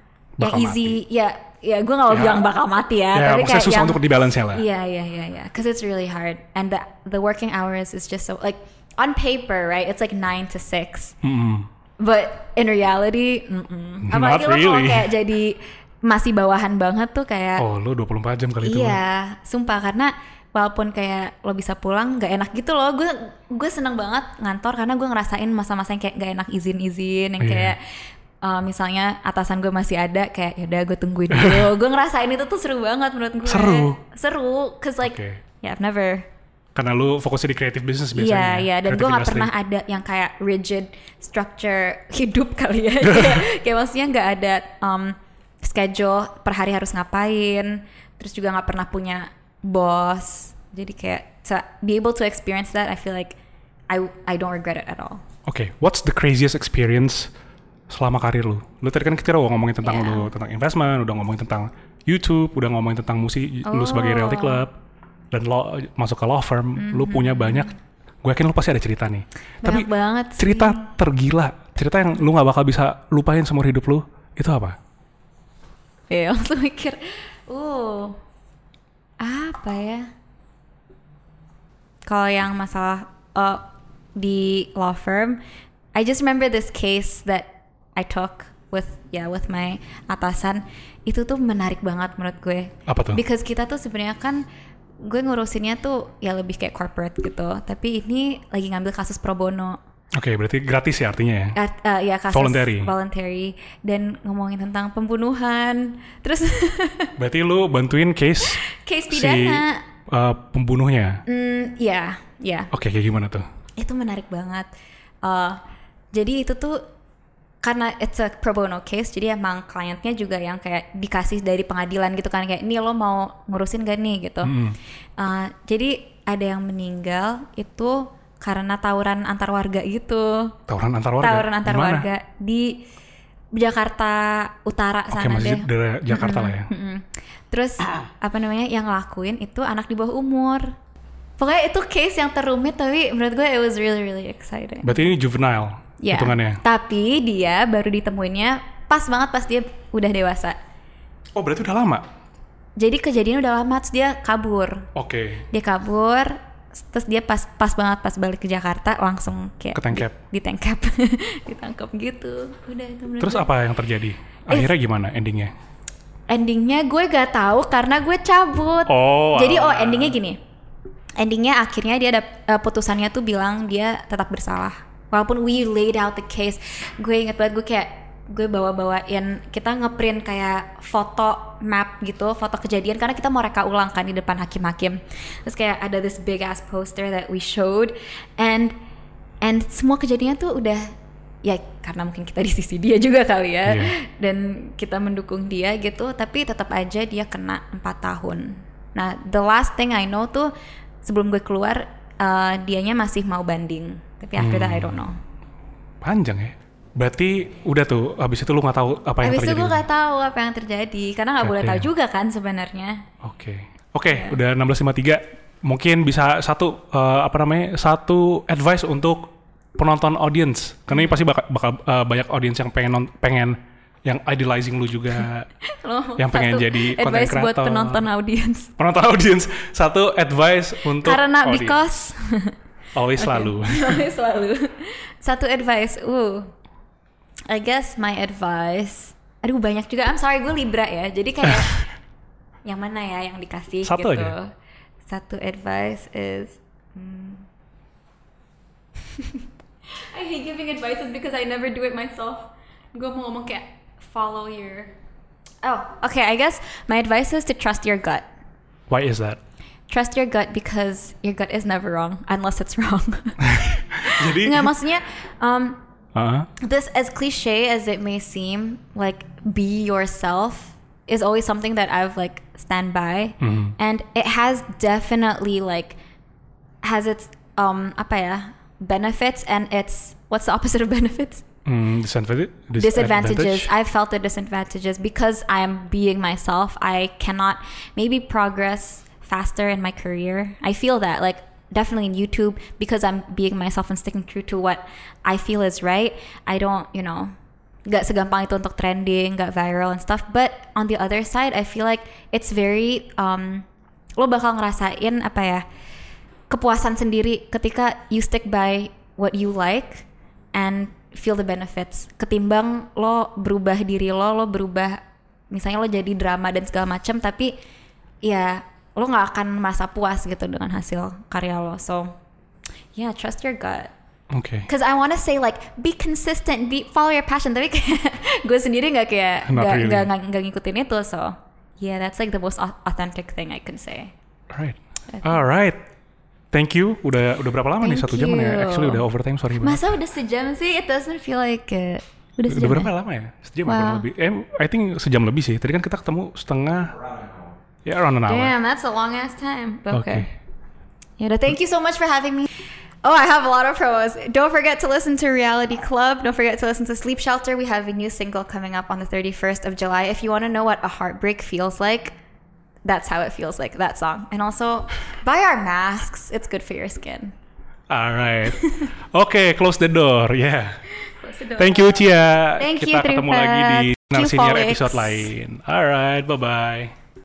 Speaker 1: Bakal
Speaker 3: yang easy ya ya gue nggak mau
Speaker 1: Ya.
Speaker 3: bilang bakal mati ya,
Speaker 1: Ya,
Speaker 3: tapi
Speaker 1: maksudnya
Speaker 3: kayak
Speaker 1: susah
Speaker 3: yang-
Speaker 1: untuk dibalance lah.
Speaker 3: Iya iya iya iya, because it's really hard and the the working hours is just so like on paper right, it's like nine to six,
Speaker 1: Mm-mm.
Speaker 3: but in reality, mm-mm.
Speaker 1: Not
Speaker 3: apalagi lo kalau
Speaker 1: really.
Speaker 3: kayak jadi masih bawahan banget tuh kayak
Speaker 1: Oh, lu 24 jam kali itu. lu.
Speaker 3: Iya, sumpah karena walaupun kayak lo bisa pulang nggak enak gitu loh. Gue gue seneng banget ngantor karena gue ngerasain masa-masa yang kayak nggak enak izin-izin yang
Speaker 1: Iya.
Speaker 3: kayak eh, misalnya atasan gue masih ada kayak yaudah gue tungguin dulu. gue ngerasain itu tuh seru banget menurut gue.
Speaker 1: Seru?
Speaker 3: Seru, cause like
Speaker 1: Oke.
Speaker 3: yeah I've never
Speaker 1: Karena lu fokusnya di creative business
Speaker 3: Iya,
Speaker 1: biasanya.
Speaker 3: iya. Dan
Speaker 1: creative
Speaker 3: gue nggak
Speaker 1: industry.
Speaker 3: pernah ada yang kayak rigid structure hidup kali ya. kayak, kayak maksudnya nggak ada um, schedule per hari harus ngapain. Terus juga nggak pernah punya boss. Jadi kayak to be able to experience that, I feel like I I don't regret it at all.
Speaker 1: Oke, what's the craziest experience selama karir lu? Lu tadi kan kita udah ngomongin tentang
Speaker 3: Yeah.
Speaker 1: lu tentang investment, udah ngomongin tentang YouTube, udah ngomongin tentang musik lu sebagai reality
Speaker 3: Oh. Mhm.
Speaker 1: club dan lo masuk ke law firm, lu punya banyak gue yakin lu pasti ada cerita nih. Tapi
Speaker 3: Banyak banget sih.
Speaker 1: cerita tergila, cerita yang lu nggak bakal bisa lupain seumur hidup lu, itu apa?
Speaker 3: Ya, langsung mikir, uh, apa ya? Kalau yang masalah uh, di law firm, I just remember this case that I took with ya with my atasan. Itu tuh menarik banget menurut gue.
Speaker 1: Apa tuh?
Speaker 3: Because kita tuh sebenarnya kan gue ngurusinnya tuh ya lebih kayak corporate gitu. Tapi ini lagi ngambil kasus pro bono.
Speaker 1: Oke, berarti gratis ya artinya ya.
Speaker 3: At- eh, ya kasus
Speaker 1: Voluntary.
Speaker 3: voluntary dan ngomongin tentang pembunuhan. Terus
Speaker 1: Berarti lu bantuin case
Speaker 3: case
Speaker 1: si
Speaker 3: pidana.
Speaker 1: eh, pembunuhnya.
Speaker 3: Hmm, ya, ya.
Speaker 1: Oke, kayak gimana tuh?
Speaker 3: Itu menarik banget. Eh, jadi itu tuh karena it's a pro bono case, jadi emang kliennya juga yang kayak dikasih dari pengadilan gitu kan kayak ini lo mau ngurusin gak nih gitu.
Speaker 1: Hmm.
Speaker 3: Eh, jadi ada yang meninggal itu karena tawuran antar warga gitu.
Speaker 1: Tawuran antar warga.
Speaker 3: Tawuran antar
Speaker 1: Gimana?
Speaker 3: warga di Jakarta Utara
Speaker 1: Oke,
Speaker 3: sana
Speaker 1: masih
Speaker 3: deh.
Speaker 1: daerah Jakarta lah ya.
Speaker 3: Mm-mm. Terus apa namanya yang ngelakuin itu anak di bawah umur. Pokoknya itu case yang terumit tapi menurut gue it was really really exciting.
Speaker 1: Berarti ini juvenile
Speaker 3: Ya.
Speaker 1: hitungannya.
Speaker 3: Tapi dia baru ditemuinnya pas banget pas dia udah dewasa.
Speaker 1: Oh berarti udah lama.
Speaker 3: Jadi kejadian udah lama terus dia kabur.
Speaker 1: Oke.
Speaker 3: Dia kabur terus dia pas pas banget pas balik ke Jakarta langsung kayak
Speaker 1: Ketangkep.
Speaker 3: di- ditangkap ditangkap gitu udah itu bener-bener.
Speaker 1: Terus apa yang terjadi? Akhirnya gimana endingnya?
Speaker 3: endingnya gue gak tahu karena gue cabut
Speaker 1: Oh,
Speaker 3: jadi oh
Speaker 1: alah.
Speaker 3: endingnya gini endingnya akhirnya dia ada eh, putusannya tuh bilang dia tetap bersalah walaupun we laid out the case gue inget banget gue kayak gue bawa-bawain kita ngeprint kayak foto map gitu foto kejadian karena kita mau reka ulang kan di depan hakim-hakim terus kayak ada this big ass poster that we showed and and semua kejadiannya tuh udah ya karena mungkin kita di sisi dia juga kali ya
Speaker 1: Iya.
Speaker 3: dan kita mendukung dia gitu tapi tetap aja dia kena 4 tahun nah the last thing I know tuh sebelum gue keluar eh, dianya masih mau banding tapi after that I don't
Speaker 1: Hmm.
Speaker 3: know
Speaker 1: Panjang ya. Berarti udah tuh. Abis itu lu nggak tahu apa yang
Speaker 3: habis itu
Speaker 1: terjadi.
Speaker 3: gue gak tahu apa yang terjadi karena nggak boleh
Speaker 1: Oke.
Speaker 3: tahu juga kan sebenarnya
Speaker 1: Oke. Oke. Udah
Speaker 3: Ya.
Speaker 1: 1653. Mungkin bisa satu eh, apa namanya satu advice untuk penonton audience. Karena ini pasti bakal, bakal, eh, banyak audience yang pengen non- pengen yang idealizing lu juga.
Speaker 3: Lo
Speaker 1: Yang pengen
Speaker 3: satu
Speaker 1: jadi content
Speaker 3: advice buat
Speaker 1: creator.
Speaker 3: penonton audience
Speaker 1: penonton audience satu advice untuk
Speaker 3: karena
Speaker 1: audience.
Speaker 3: because
Speaker 1: always selalu.
Speaker 3: Selalu- selalu. Satu advice. Uh. I guess my advice. Aduh banyak juga. I'm sorry gue Libra ya. Jadi kayak yang mana ya yang dikasih
Speaker 1: Satu
Speaker 3: gitu.
Speaker 1: aja.
Speaker 3: Satu advice is hmm. I hate giving advices because I never do it myself. Gue mau ngomong kayak follow your Oh, okay. I guess my advice is to trust your gut.
Speaker 1: Why is that?
Speaker 3: Trust your gut because your gut is never wrong unless it's wrong.
Speaker 1: Jadi uh-huh.
Speaker 3: Nggak maksudnya um,
Speaker 1: Heeh.
Speaker 3: this as cliche as it may seem like be yourself is always something that i've like stand by
Speaker 1: Mhm.
Speaker 3: and it has definitely like has its um apa ya benefits and its what's the opposite of benefits
Speaker 1: Hmm, disadvantage-
Speaker 3: disadvantages.
Speaker 1: disadvantage.
Speaker 3: I felt the disadvantages because I am being myself. I cannot maybe progress faster in my career. I feel that like definitely in YouTube because I'm being myself and sticking true to what I feel is right. I don't, you know, gak segampang itu untuk trending, gak viral and stuff. But on the other side, I feel like it's very um lo bakal ngerasain apa ya? kepuasan sendiri ketika you stick by what you like and feel the benefits ketimbang lo berubah diri lo lo berubah misalnya lo jadi drama dan segala macam tapi ya lo nggak akan merasa puas gitu dengan hasil karya lo so yeah trust your gut
Speaker 1: Oke.
Speaker 3: Cause I wanna say like be consistent, be follow your passion. Tapi kayak gue sendiri nggak kayak
Speaker 1: Not
Speaker 3: nggak
Speaker 1: really.
Speaker 3: nggak- nggak- nggak ngikutin itu. So yeah, that's like the most au- authentic thing I can say.
Speaker 1: Alright. Alright. Thank you. Udah udah berapa lama nih satu
Speaker 3: Thank
Speaker 1: jam
Speaker 3: you.
Speaker 1: ya? Actually udah overtime, sorry banget.
Speaker 3: Masa udah sejam sih? It doesn't feel like it.
Speaker 1: Udah
Speaker 3: Udah sejam
Speaker 1: berapa
Speaker 3: ya?
Speaker 1: lama ya? Sejam
Speaker 3: Wow.
Speaker 1: kurang lebih. Eh, I think sejam lebih sih. Tadi kan kita ketemu setengah ya around an hour.
Speaker 3: Damn, that's a long ass time. But
Speaker 1: Oke.
Speaker 3: okay. Yeah, no, thank you so much for having me. Oh, I have a lot of pros. Don't forget to listen to Reality Club. Don't forget to listen to Sleep Shelter. We have a new single coming up on the 31st of July. If you want to know what a heartbreak feels like, that's how it feels like, that song. And also, buy our masks. It's good for your skin.
Speaker 1: Alright. Oke, close the door. Yeah.
Speaker 3: Close the door.
Speaker 1: Thank you Cia.
Speaker 3: Thank
Speaker 1: kita
Speaker 3: you,
Speaker 1: ketemu
Speaker 3: Tripat.
Speaker 1: lagi di
Speaker 3: See you
Speaker 1: Senior
Speaker 3: Forex.
Speaker 1: episode lain. Alright, bye bye.